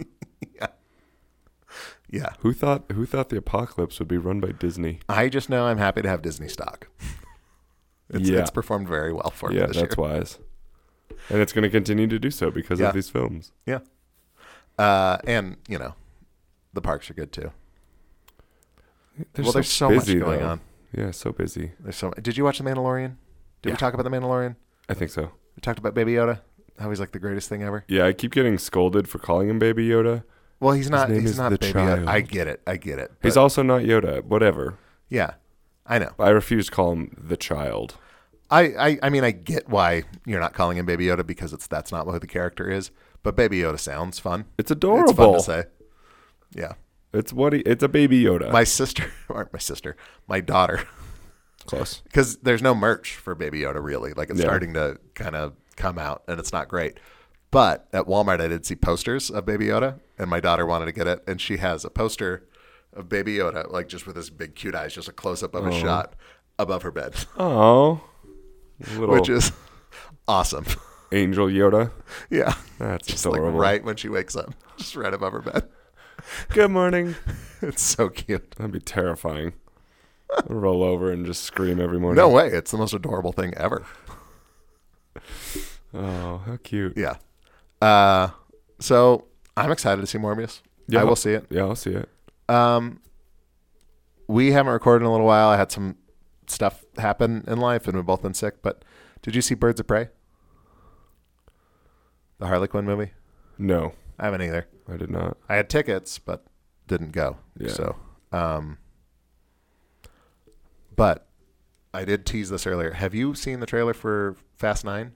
Speaker 1: Yeah.
Speaker 2: who thought who thought the apocalypse would be run by Disney?
Speaker 1: I just know I'm happy to have Disney stock. It's,
Speaker 2: Yeah.
Speaker 1: it's performed very well for me
Speaker 2: yeah,
Speaker 1: this
Speaker 2: that's
Speaker 1: year.
Speaker 2: wise. And it's going to continue to do so because
Speaker 1: Yeah.
Speaker 2: of these films.
Speaker 1: Yeah. Uh, and, you know, the parks are good too. well, there's so
Speaker 2: busy,
Speaker 1: much going
Speaker 2: though.
Speaker 1: on.
Speaker 2: Yeah, so busy.
Speaker 1: There's so Did you watch The Mandalorian? Did
Speaker 2: Yeah.
Speaker 1: we talk about The Mandalorian?
Speaker 2: I think so.
Speaker 1: We talked about Baby Yoda, how he's like the greatest thing ever.
Speaker 2: Yeah, I keep getting scolded for calling him Baby Yoda.
Speaker 1: Well, he's not.
Speaker 2: name
Speaker 1: He's
Speaker 2: is
Speaker 1: not
Speaker 2: the
Speaker 1: Baby Yoda.
Speaker 2: child.
Speaker 1: I get it. I get it.
Speaker 2: He's
Speaker 1: But-
Speaker 2: also not Yoda. Whatever.
Speaker 1: yeah, I know.
Speaker 2: I refuse to call him the child.
Speaker 1: I, I, I mean, I get why you're not calling him Baby Yoda because it's that's not what the character is. But Baby Yoda sounds fun. It's
Speaker 2: It's
Speaker 1: fun
Speaker 2: adorable.
Speaker 1: to
Speaker 2: It's,
Speaker 1: say. Yeah.
Speaker 2: what he, it's a Baby Yoda.
Speaker 1: my sister or my sister my daughter
Speaker 2: Close.
Speaker 1: because there's no merch for baby yoda really like it's
Speaker 2: Yeah.
Speaker 1: starting to kind of come out and it's not great but at walmart i did see posters of baby yoda and my daughter wanted to get it and she has a poster of baby yoda like just with his big cute eyes just a close-up of a shot above her bed
Speaker 2: Oh, little
Speaker 1: which is awesome
Speaker 2: angel Yoda.
Speaker 1: yeah
Speaker 2: That's
Speaker 1: just like
Speaker 2: adorable.
Speaker 1: right when she wakes up just right above her bed
Speaker 2: Good morning.
Speaker 1: it's so cute
Speaker 2: That'd be terrifying. I'd roll over and just scream every morning.
Speaker 1: no way it's the most adorable thing ever
Speaker 2: Oh, how cute.
Speaker 1: Yeah. Uh, so I'm excited to see Morbius.
Speaker 2: Yeah.
Speaker 1: I will see it.
Speaker 2: Yeah, I'll see it.
Speaker 1: Um, we haven't recorded in a little while. I had some stuff happen in life, and we've both been sick. But did you see Birds of Prey? The Harley Quinn movie?
Speaker 2: No,
Speaker 1: I haven't either.
Speaker 2: I did not.
Speaker 1: I had tickets, but didn't go.
Speaker 2: Yeah.
Speaker 1: So, um, but I did tease this earlier. Have you seen the trailer for Fast Nine?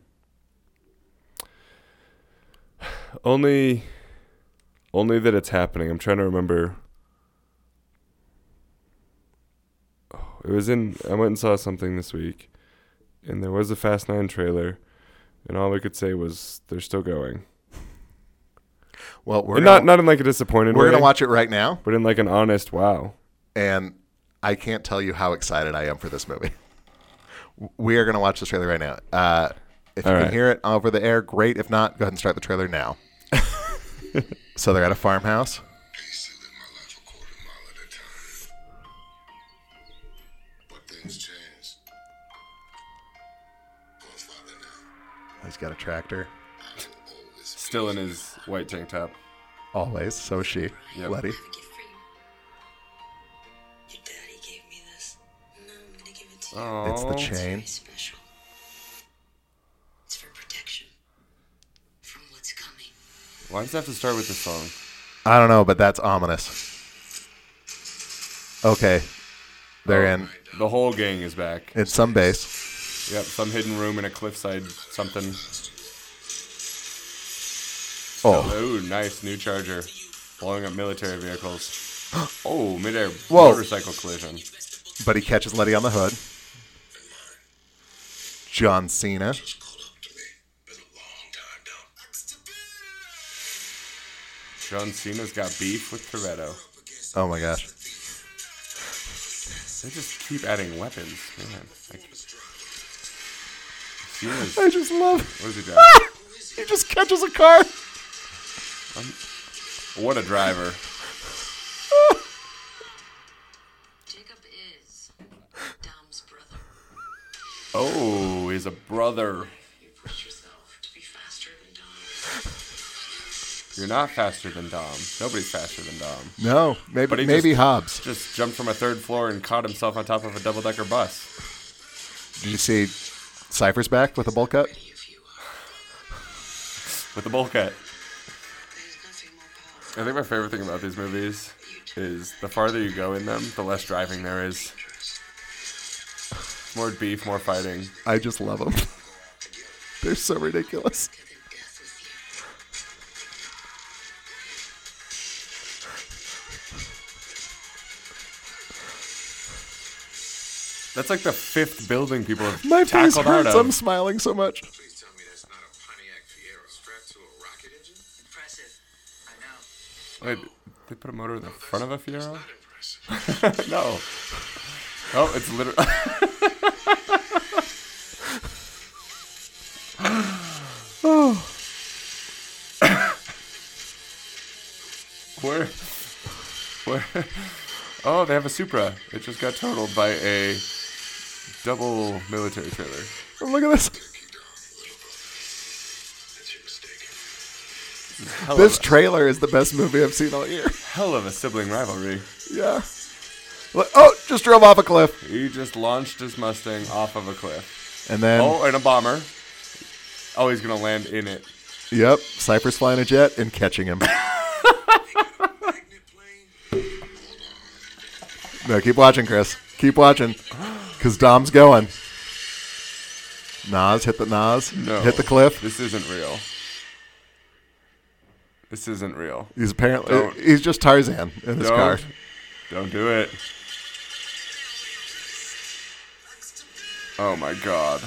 Speaker 2: Only, only that it's happening. I'm trying to remember. Oh, it was in. I went and saw something this week, and there was a Fast Nine trailer, and all we could say was they're still going.
Speaker 1: Well, we're
Speaker 2: and
Speaker 1: gonna,
Speaker 2: not not in like a disappointed
Speaker 1: we're
Speaker 2: way,
Speaker 1: gonna watch it right now,
Speaker 2: but in like an honest wow.
Speaker 1: and I can't tell you how excited I am for this movie. We are gonna watch this trailer right now. Uh, if you
Speaker 2: All
Speaker 1: can
Speaker 2: right.
Speaker 1: hear it over the air, great. If not, go ahead and start the trailer now. so they're at a farmhouse.
Speaker 3: used to live my life a quarter mile at a time. But things changed. Godfather now,
Speaker 1: He's got a tractor.
Speaker 3: I will always be
Speaker 2: Still in his white tank top.
Speaker 1: Always. So is she.
Speaker 2: Yep.
Speaker 1: Letty.
Speaker 4: have a gift for you. Your daddy gave me this. Now I'm gonna give it to
Speaker 2: Oh,
Speaker 4: you.
Speaker 1: It's the
Speaker 4: It's
Speaker 1: chain.
Speaker 4: very special. It's for protection from what's coming.
Speaker 2: Why does it have to start with this song?
Speaker 1: I don't know, but that's ominous. Okay. They're in
Speaker 2: The whole gang is back.
Speaker 1: in some base.
Speaker 2: Yep, some hidden room in a cliffside something.
Speaker 1: Oh.
Speaker 2: Oh, nice new charger, blowing up military vehicles. Oh, midair
Speaker 1: Whoa.
Speaker 2: motorcycle collision.
Speaker 1: But he catches Letty on the hood. John Cena.
Speaker 3: just caught up to me. Been a long time down.
Speaker 2: John Cena's got beef with Toretto.
Speaker 1: Oh my gosh.
Speaker 2: They just keep adding weapons, man. Like, Cena's
Speaker 1: I just love
Speaker 2: what is he driving?
Speaker 1: he just catches a car.
Speaker 2: What a driver!
Speaker 4: Jacob is Dom's brother.
Speaker 2: Oh, he's a brother.
Speaker 4: You push yourself to be faster than
Speaker 2: You're
Speaker 4: Dom.
Speaker 2: not faster than Dom. Nobody's faster than Dom.
Speaker 1: No, maybe
Speaker 2: But he
Speaker 1: maybe
Speaker 2: just-
Speaker 1: Hobbs.
Speaker 2: Just jumped from a third floor and caught himself on top of a double-decker bus.
Speaker 1: Did you see Cypher's back with a bowl cut?
Speaker 4: If you are,
Speaker 2: with a bowl cut.
Speaker 4: there's nothing more powerful.
Speaker 2: I think my favorite thing about these movies is the farther you go in them, the less driving there is. More beef, more fighting.
Speaker 1: I just love them. They're so ridiculous.
Speaker 4: than death with you.
Speaker 2: That's like the fifth building people have
Speaker 1: My face
Speaker 2: tackled out
Speaker 1: hurts. I'm
Speaker 2: of.
Speaker 1: smiling so much.
Speaker 3: Please tell me that's not a Pontiac Fiero strapped to a rocket engine.
Speaker 5: Impressive. I know.
Speaker 2: Wait, they put a motor in the front of a Fiero?
Speaker 3: Not impressive.
Speaker 2: No. Oh, it's literally. Where? Where? Oh, they have a Supra. It just got totaled by a double military trailer.
Speaker 1: Look at this.
Speaker 3: That's your mistake.
Speaker 2: Hell,
Speaker 1: This
Speaker 2: of,
Speaker 1: trailer is the best movie I've seen all year.
Speaker 2: a, hell of a sibling rivalry.
Speaker 1: Yeah. Look- Oh, just drove off a cliff.
Speaker 2: He just launched his Mustang off of a cliff.
Speaker 1: And then,
Speaker 2: Oh, and a bomber. Oh, he's gonna land in it.
Speaker 1: yep, Cypher's flying a jet and catching him.
Speaker 3: Magnet plane.
Speaker 1: no, keep watching, Chris. Keep watching. Because Dom's going. Nas, hit the Nas.
Speaker 2: No.
Speaker 1: Hit the cliff.
Speaker 2: This isn't real. This isn't real.
Speaker 1: He's apparently,
Speaker 2: Don't.
Speaker 1: he's just Tarzan in his
Speaker 2: Don't.
Speaker 1: car.
Speaker 2: Don't do it. Oh my god.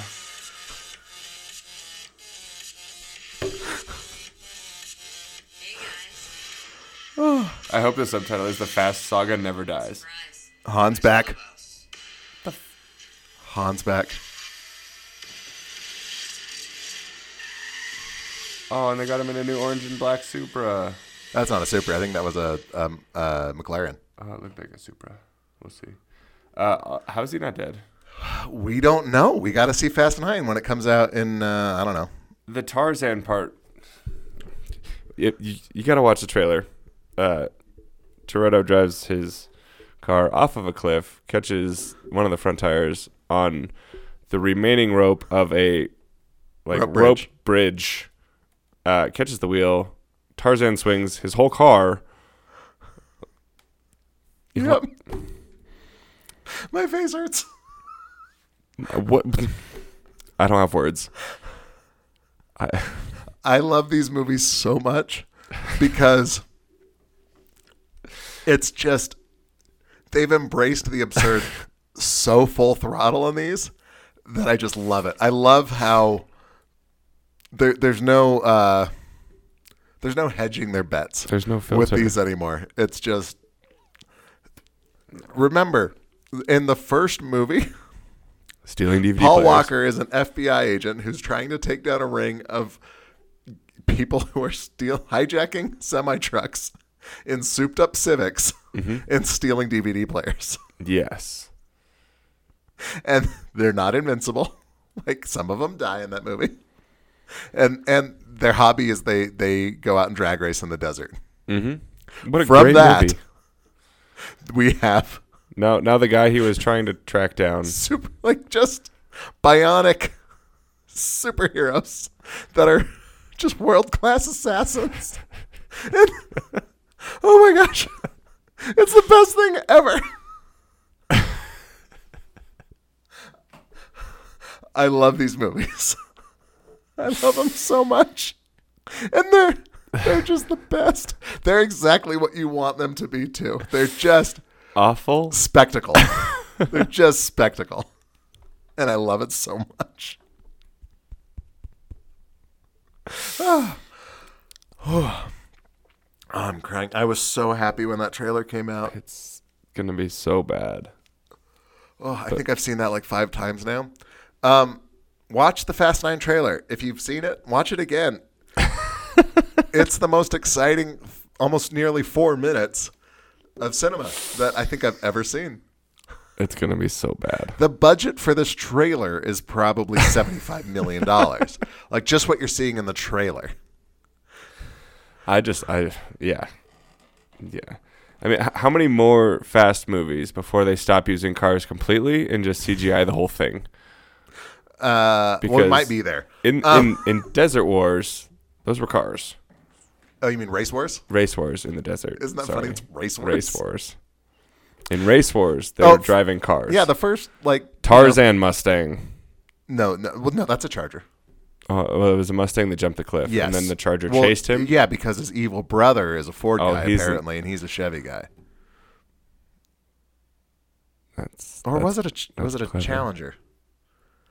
Speaker 4: Hey guys,
Speaker 2: I hope the subtitle is The Fast Saga Never Dies.
Speaker 4: rise.
Speaker 1: Han's back. Han's back.
Speaker 2: Oh, and they got him in a new orange and black Supra.
Speaker 1: That's not a Supra. I think that was a um, uh, McLaren.
Speaker 2: Oh, it looked like a Supra. We'll see. Uh, how is he not dead?
Speaker 1: We don't know. We got to see Fast 9 when it comes out in, uh, I don't know.
Speaker 2: the Tarzan part. It, you you got to watch the trailer. Uh, Toretto drives his car off of a cliff, catches one of the front tires on the remaining rope of a like
Speaker 1: Rope
Speaker 2: rope
Speaker 1: bridge.
Speaker 2: bridge, uh, catches the wheel. Tarzan swings his whole car.
Speaker 1: Yep. My face hurts.
Speaker 2: uh, What? I don't have words. I,
Speaker 1: I love these movies so much because it's just they've embraced the absurd so full throttle in these that I just love it. I love how there, there's no uh, there's no hedging their bets.
Speaker 2: There's no
Speaker 1: with
Speaker 2: filter.
Speaker 1: these anymore. It's just remember in the first movie.
Speaker 2: stealing DVD.
Speaker 1: Paul
Speaker 2: players.
Speaker 1: Walker is an FBI agent who's trying to take down a ring of people who are steal hijacking semi trucks in souped up Civics and stealing DVD players.
Speaker 2: Yes.
Speaker 1: And they're not invincible. Like some of them die in that movie. And and their hobby is they they go out and drag race in the desert.
Speaker 2: What a
Speaker 1: From
Speaker 2: great
Speaker 1: that-
Speaker 2: movie.
Speaker 1: We have
Speaker 2: Now, now the guy he was trying to track down.
Speaker 1: super like just bionic superheroes that are just world class assassins. And, oh my gosh, it's the best thing ever. I love these movies. I love them so much, and they're they're just the best. They're exactly what you want them to be too. They're just
Speaker 2: Awful.
Speaker 1: spectacle. They're just spectacle. And I love it so much. Ah. Oh, I'm crying. I was so happy when that trailer came out.
Speaker 2: It's gonna be so bad.
Speaker 1: Oh, I think I've seen that like five times now. Um, watch the Fast Nine trailer. If you've seen it, watch it again. it's the most exciting, almost nearly four minutes of cinema that I think I've ever seen.
Speaker 2: It's gonna be so bad.
Speaker 1: The budget for this trailer is probably $75 million. like just what you're seeing in the trailer.
Speaker 2: I just, I, yeah, yeah. I mean, h- how many more fast movies before they stop using cars completely and just CGI the whole thing?
Speaker 1: Uh, well, it
Speaker 2: Because
Speaker 1: might be there.
Speaker 2: In
Speaker 1: Um,
Speaker 2: in, in Desert Wars, those were cars.
Speaker 1: oh, you mean Race Wars?
Speaker 2: Race Wars in the desert.
Speaker 1: Isn't that funny? It's Race Wars.
Speaker 2: Race Wars. In Race Wars, they
Speaker 1: Oh,
Speaker 2: were
Speaker 1: f-
Speaker 2: driving cars.
Speaker 1: Yeah, the first, like. you know-
Speaker 2: Tarzan Mustang.
Speaker 1: no, no, well, no, that's a Charger.
Speaker 2: Oh, well, it was a Mustang that jumped the cliff,
Speaker 1: Yes.
Speaker 2: and then the Charger
Speaker 1: Well,
Speaker 2: chased him.
Speaker 1: Yeah, because his evil brother is a Ford
Speaker 2: Oh,
Speaker 1: guy,
Speaker 2: he's a-
Speaker 1: apparently, and he's a Chevy guy.
Speaker 2: That's,
Speaker 1: Or
Speaker 2: that's-
Speaker 1: was it a, ch- was it a
Speaker 2: clever.
Speaker 1: Challenger?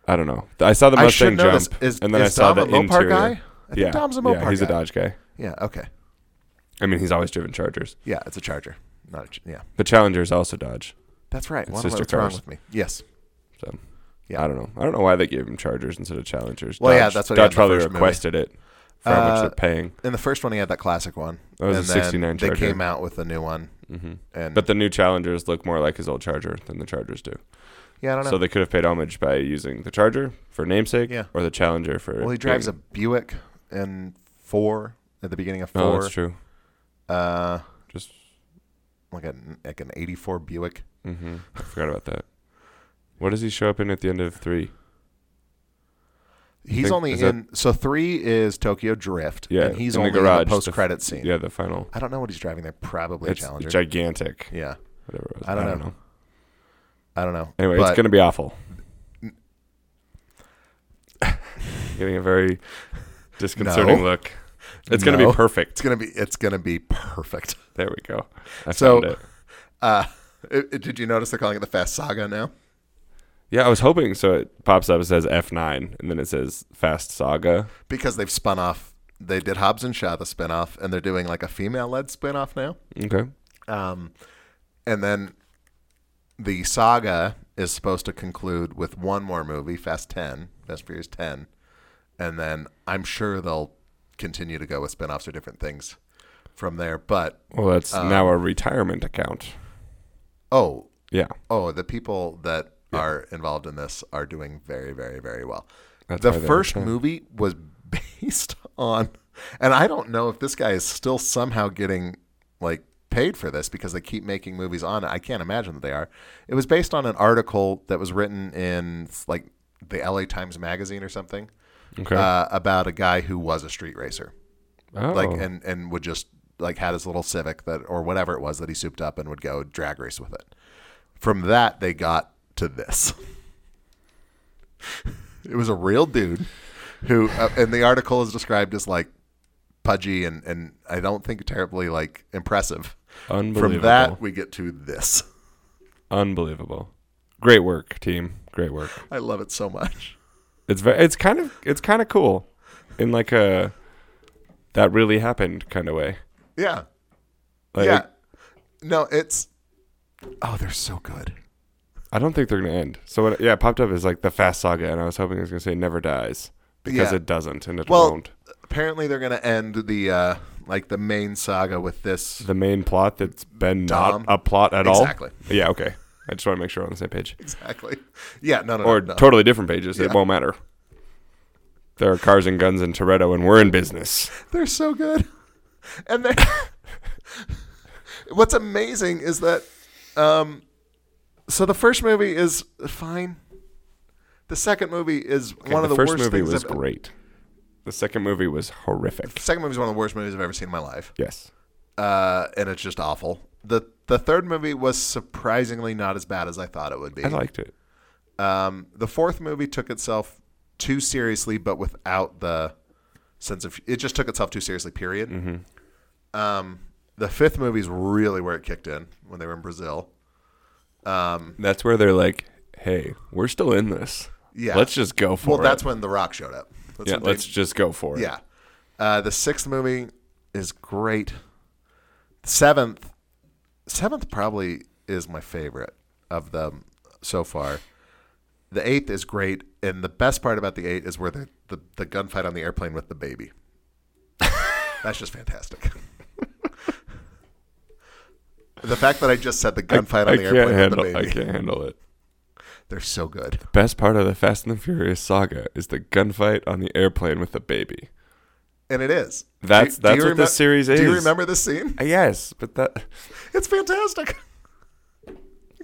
Speaker 2: I don't know. I saw the
Speaker 1: I should
Speaker 2: Mustang
Speaker 1: know this.
Speaker 2: jump,
Speaker 1: Is-
Speaker 2: and then
Speaker 1: is
Speaker 2: I saw
Speaker 1: Dom
Speaker 2: the
Speaker 1: a Mopar
Speaker 2: interior.
Speaker 1: guy? I think
Speaker 2: yeah,
Speaker 1: Dom's a
Speaker 2: yeah,
Speaker 1: Mopar
Speaker 2: he's
Speaker 1: guy.
Speaker 2: a Dodge guy.
Speaker 1: Yeah, okay.
Speaker 2: I mean, he's always driven Chargers.
Speaker 1: Yeah, it's a Charger. Not a ch- yeah,
Speaker 2: The Challenger is also Dodge.
Speaker 1: that's right. Why don't I-
Speaker 2: sister
Speaker 1: What's wrong
Speaker 2: cars.
Speaker 1: with me? Yes.
Speaker 2: So
Speaker 1: Yeah.
Speaker 2: I don't know. I don't know why they gave him Chargers instead of Challengers.
Speaker 1: Well, yeah,
Speaker 2: Dodge-
Speaker 1: that's what he had in
Speaker 2: Dodge
Speaker 1: the
Speaker 2: probably
Speaker 1: first movie.
Speaker 2: requested it for how
Speaker 1: Uh,
Speaker 2: much they're paying.
Speaker 1: In the first one, he had that classic one.
Speaker 2: That was
Speaker 1: and
Speaker 2: a
Speaker 1: then
Speaker 2: 69
Speaker 1: They
Speaker 2: Charger. Mm-hmm.
Speaker 1: came Mm-hmm. out with a new one, and
Speaker 2: But the new Challengers look more like his old Charger than the Chargers do.
Speaker 1: yeah, I don't know.
Speaker 2: So they could have paid homage by using the Charger for namesake,
Speaker 1: Yeah.
Speaker 2: or the Challenger for.
Speaker 1: well, he drives a Buick in four at the beginning of four.
Speaker 2: Oh, that's true.
Speaker 1: Uh,
Speaker 2: Just
Speaker 1: like a like an '84 Buick.
Speaker 2: hmm I forgot about that. What does he show up in at the end of three?
Speaker 1: He's
Speaker 2: think-
Speaker 1: only
Speaker 2: is that-
Speaker 1: in so three is Tokyo Drift.
Speaker 2: Yeah,
Speaker 1: and he's
Speaker 2: in
Speaker 1: only
Speaker 2: the garage.
Speaker 1: in the post credit scene.
Speaker 2: Yeah, the final.
Speaker 1: I don't know what he's driving there. Probably a
Speaker 2: It's
Speaker 1: Challenger.
Speaker 2: gigantic.
Speaker 1: yeah,
Speaker 2: Whatever it was.
Speaker 1: I don't know. I don't know.
Speaker 2: Anyway,
Speaker 1: But
Speaker 2: it's gonna be awful. Getting a very disconcerting
Speaker 1: No.
Speaker 2: look. It's gonna
Speaker 1: No.
Speaker 2: be perfect.
Speaker 1: It's gonna be. It's gonna be perfect.
Speaker 2: there we go. I
Speaker 1: So-
Speaker 2: found it.
Speaker 1: Uh, it- it- did you notice they're calling it the Fast Saga now?
Speaker 2: Yeah, I was hoping so. It pops up. It says F nine, and then it says Fast Saga.
Speaker 1: Because they've spun off. They did Hobbs and Shaw the spinoff, and they're doing like a female-led spinoff now.
Speaker 2: Okay.
Speaker 1: Um, and then the saga is supposed to conclude with one more movie, Fast 10, Fast Furious 10. And then I'm sure they'll continue to go with spinoffs or different things from there. But,
Speaker 2: Well, that's
Speaker 1: Uh,
Speaker 2: now a retirement account.
Speaker 1: oh,
Speaker 2: Yeah.
Speaker 1: oh, the people that are involved in this are doing very, very, very well.
Speaker 2: That's
Speaker 1: the
Speaker 2: why they're
Speaker 1: first
Speaker 2: retired.
Speaker 1: movie was based on, and I don't know if this guy is still somehow getting like paid for this because they keep making movies on it. I can't imagine that they are. It was based on an article that was written in like the LA Times magazine or something
Speaker 2: Okay.
Speaker 1: uh, about a guy who was a street racer
Speaker 2: Oh.
Speaker 1: like and and would just like had his little Civic that or whatever it was that he souped up and would go drag race with it. From that, they got to this. it was a real dude who, uh, and the article is described as like pudgy and and I don't think terribly like impressive.
Speaker 2: unbelievable.
Speaker 1: From that, we get to this.
Speaker 2: unbelievable. Great work, team. Great work.
Speaker 1: I love it so much.
Speaker 2: It's very, it's kind of it's kind of cool in like a that really happened kind of way.
Speaker 1: Yeah.
Speaker 2: Like,
Speaker 1: yeah. No, it's. Oh, they're so good.
Speaker 2: I don't think they're gonna end. So what, yeah, it popped up as like the Fast Saga, and I was hoping it was gonna say never dies because
Speaker 1: Yeah.
Speaker 2: it doesn't, and it
Speaker 1: Well,
Speaker 2: won't.
Speaker 1: apparently they're gonna end the uh, like the main saga with this.
Speaker 2: The main plot that's been
Speaker 1: Dom.
Speaker 2: not a plot at all.
Speaker 1: Exactly.
Speaker 2: Yeah. Okay. I just want to make sure we're on the same page,
Speaker 1: Exactly. Yeah. No. No.
Speaker 2: or
Speaker 1: no, no.
Speaker 2: totally different pages. It
Speaker 1: Yeah.
Speaker 2: won't matter. There are cars and guns in Toretto, and we're in business.
Speaker 1: They're so good. And they What's amazing is that um so the first movie is fine. The second movie is one
Speaker 2: the
Speaker 1: of the
Speaker 2: first
Speaker 1: worst
Speaker 2: movie
Speaker 1: things
Speaker 2: was
Speaker 1: I've,
Speaker 2: great. The second movie was horrific.
Speaker 1: Second movie is one of the worst movies I've ever seen in my life.
Speaker 2: Yes.
Speaker 1: Uh and it's just awful. The the third movie was surprisingly not as bad as I thought it would be.
Speaker 2: I liked it.
Speaker 1: Um, the fourth movie took itself too seriously, but without the sense of it just took itself too seriously. Period.
Speaker 2: Mm-hmm.
Speaker 1: Um, the fifth movie is really where it kicked in when they were in Brazil.
Speaker 2: That's where they're like, "Hey, we're still in this.
Speaker 1: Yeah.
Speaker 2: let's just go for
Speaker 1: Well,
Speaker 2: it."
Speaker 1: that's when The Rock showed up. That's
Speaker 2: yeah,
Speaker 1: when
Speaker 2: let's
Speaker 1: Dave-
Speaker 2: just go for it.
Speaker 1: yeah. Uh, the sixth movie is great. Seventh, seventh probably is my favorite of them so far. The eighth is great, and the best part about the eight is where the the, the gunfight on the airplane with the baby. That's just fantastic. the fact that I just said the gunfight
Speaker 2: I
Speaker 1: on the airplane
Speaker 2: can't handle.
Speaker 1: with the
Speaker 2: I
Speaker 1: baby,
Speaker 2: can't handle it.
Speaker 1: they're so good.
Speaker 2: Best part of the Fast and the Furious saga is the gunfight on the airplane with the baby.
Speaker 1: And it is.
Speaker 2: That's- that's what this
Speaker 1: remem-
Speaker 2: series
Speaker 1: Do you
Speaker 2: is.
Speaker 1: remember this scene?
Speaker 2: Uh, Yes, but that
Speaker 1: It's fantastic.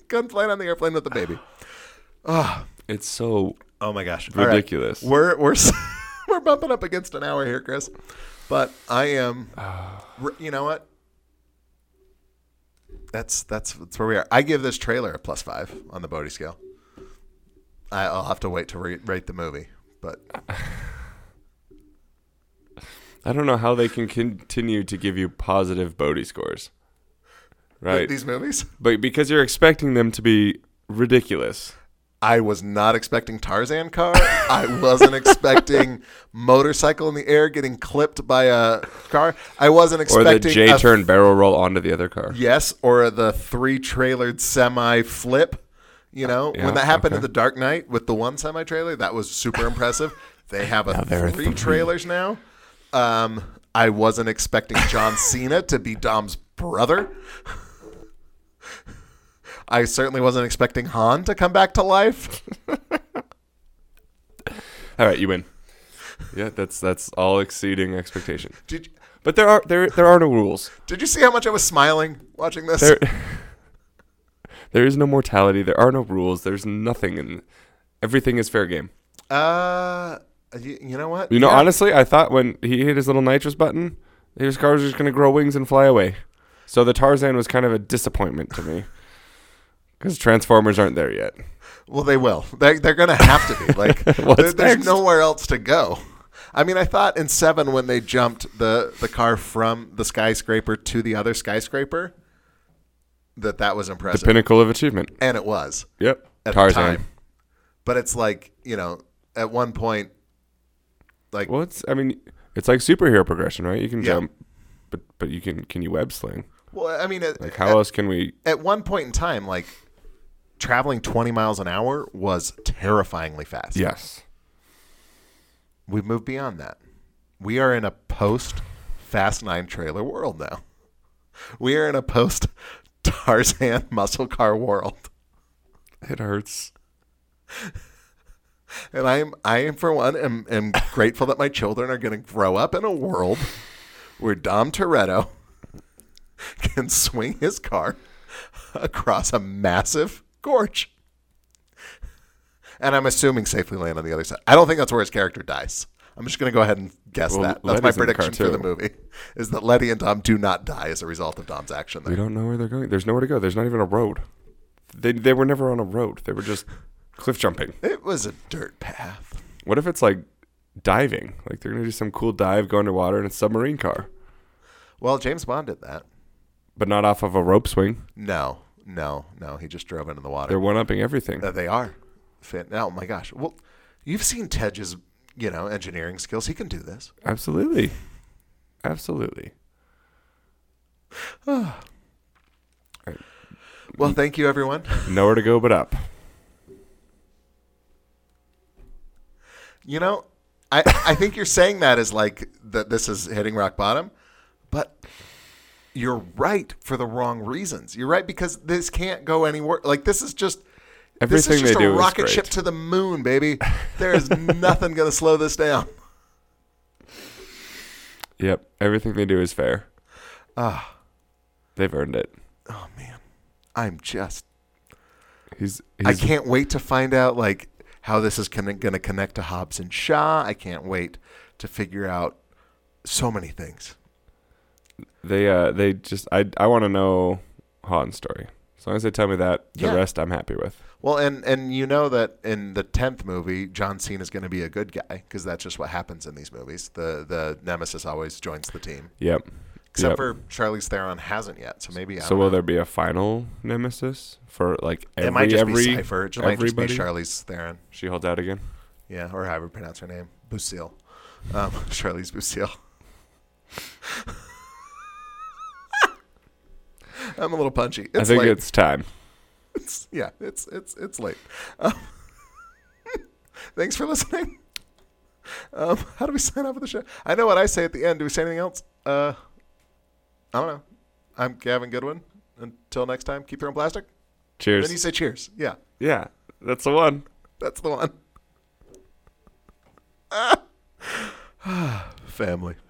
Speaker 1: Gunflight on the airplane with the baby.
Speaker 2: it's so
Speaker 1: Oh my gosh, All right.
Speaker 2: ridiculous.
Speaker 1: We're we're s- we're bumping up against an hour here, Chris. But I am. r- You know what? That's that's that's where we are. I give this trailer a plus five on the Bodhi scale. I, I'll have to wait to re- rate the movie, but
Speaker 2: I don't know how they can continue to give you positive Bodhi scores. Right.
Speaker 1: these movies.
Speaker 2: but because you're expecting them to be ridiculous.
Speaker 1: I was not expecting Tarzan car. I wasn't expecting motorcycle in the air getting clipped by a car. I wasn't
Speaker 2: Or
Speaker 1: expecting
Speaker 2: the J
Speaker 1: a-
Speaker 2: turn barrel roll onto the other car.
Speaker 1: Yes, or the three trailered semi flip. You know,
Speaker 2: yeah,
Speaker 1: when that happened in
Speaker 2: okay.
Speaker 1: the Dark Knight with the one semi trailer, that was super impressive. They have a
Speaker 2: there are
Speaker 1: three,
Speaker 2: three.
Speaker 1: trailers now. Um, I wasn't expecting John Cena to be Dom's brother. I certainly wasn't expecting Han to come back to life.
Speaker 2: All right, you win. Yeah, that's that's all exceeding expectation.
Speaker 1: Did
Speaker 2: But there are there there are no rules.
Speaker 1: Did you see how much I was smiling watching this?
Speaker 2: There there is no mortality. There are no rules. There's nothing, and everything is fair game.
Speaker 1: Uh, you, you know what?
Speaker 2: You know,
Speaker 1: Yeah.
Speaker 2: honestly, I thought when he hit his little nitrous button, his car was just gonna grow wings and fly away. So the Tarzan was kind of a disappointment to me, because Transformers aren't there yet.
Speaker 1: Well, they will. They, they're going to have to be. Like,
Speaker 2: What's
Speaker 1: there- there's
Speaker 2: next?
Speaker 1: nowhere else to go. I mean, I thought in seven when they jumped the, the car from the skyscraper to the other skyscraper that that was impressive,
Speaker 2: Pinnacle of achievement.
Speaker 1: and it was
Speaker 2: Yep,
Speaker 1: at the
Speaker 2: Tarzan.
Speaker 1: time. But it's like you know, at one point, like
Speaker 2: Well, it's I mean, it's like superhero progression, right? You can
Speaker 1: Yeah.
Speaker 2: jump, but but you can can you web sling?
Speaker 1: well, I mean, it,
Speaker 2: Like how
Speaker 1: at-
Speaker 2: else can we?
Speaker 1: at one point in time, like traveling 20 miles an hour was terrifyingly fast.
Speaker 2: Yes.
Speaker 1: We've moved beyond that. We are in a post Fast Nine trailer world now. We are in a post Tarzan muscle car world.
Speaker 2: It hurts.
Speaker 1: And I'm I am for one am, am grateful that my children are gonna grow up in a world where Dom Toretto can swing his car across a massive gorge. And I'm assuming safely land on the other side. I don't think that's where his character dies. I'm just going to go ahead and guess
Speaker 2: Well,
Speaker 1: that. That's my
Speaker 2: Letty's in the
Speaker 1: prediction for the
Speaker 2: cartoon.
Speaker 1: movie: is that Letty and Dom do not die as a result of Dom's action.
Speaker 2: We
Speaker 1: There,
Speaker 2: don't know where they're going. There's nowhere to go. There's not even a road. They they were never on a road. They were just cliff jumping.
Speaker 1: it was a dirt path.
Speaker 2: What if it's like diving? Like they're gonna do some cool dive, go underwater in a submarine car,
Speaker 1: Well, James Bond did that.
Speaker 2: but not off of a rope swing.
Speaker 1: No, no, no. He just drove into the water.
Speaker 2: They're one upping everything.
Speaker 1: Uh, they are. Fit. Oh my gosh. Well, you've seen Tedge's, you know, engineering skills. He can do this.
Speaker 2: Absolutely, absolutely.
Speaker 1: Well, thank you, everyone.
Speaker 2: Nowhere to go but up.
Speaker 1: You know, I I think you're saying that is like that. This is hitting rock bottom, but you're right for the wrong reasons. You're right because this can't go anywhere. Like this is just. this
Speaker 2: Everything
Speaker 1: is just
Speaker 2: they
Speaker 1: a
Speaker 2: do is
Speaker 1: rocket
Speaker 2: great.
Speaker 1: ship to the moon, baby. There is nothing going to slow this down.
Speaker 2: Yep, everything they do is fair. Ah, they've earned it.
Speaker 1: Oh man, I'm just
Speaker 2: He's,
Speaker 1: I
Speaker 2: he's
Speaker 1: can't wait to find out like how this is going to connect to Hobbs and Shaw. I can't wait to figure out so many things.
Speaker 2: they uh they just I I want to know Han's story. As long as they tell me that,
Speaker 1: Yeah.
Speaker 2: the rest I'm happy with.
Speaker 1: Well, and and you know that in the tenth movie, John Cena is going to be a good guy because that's just what happens in these movies. The the nemesis always joins the team,
Speaker 2: Yep.
Speaker 1: except
Speaker 2: Yep.
Speaker 1: for Charlize Theron hasn't yet. So maybe I
Speaker 2: So
Speaker 1: don't
Speaker 2: will
Speaker 1: know.
Speaker 2: there be a final nemesis for like every
Speaker 1: it might just
Speaker 2: every
Speaker 1: be Cipher. It might just be
Speaker 2: everybody?
Speaker 1: Charlize Theron.
Speaker 2: She holds out again.
Speaker 1: Yeah, or however you pronounce her name, Busil, um, Charlize Busil. I'm a little punchy. It's
Speaker 2: I think
Speaker 1: late.
Speaker 2: it's time.
Speaker 1: It's- yeah, it's it's it's late. Um, thanks for listening. Um, how do we sign off for the show? I know what I say at the end. Do we say anything else? Uh, I don't know. I'm Gavin Goodwin. Until next time, keep throwing plastic. Then you
Speaker 2: Cheers.
Speaker 1: say cheers. Yeah,
Speaker 2: Yeah, that's the one. Ah,
Speaker 1: that's the one. Family.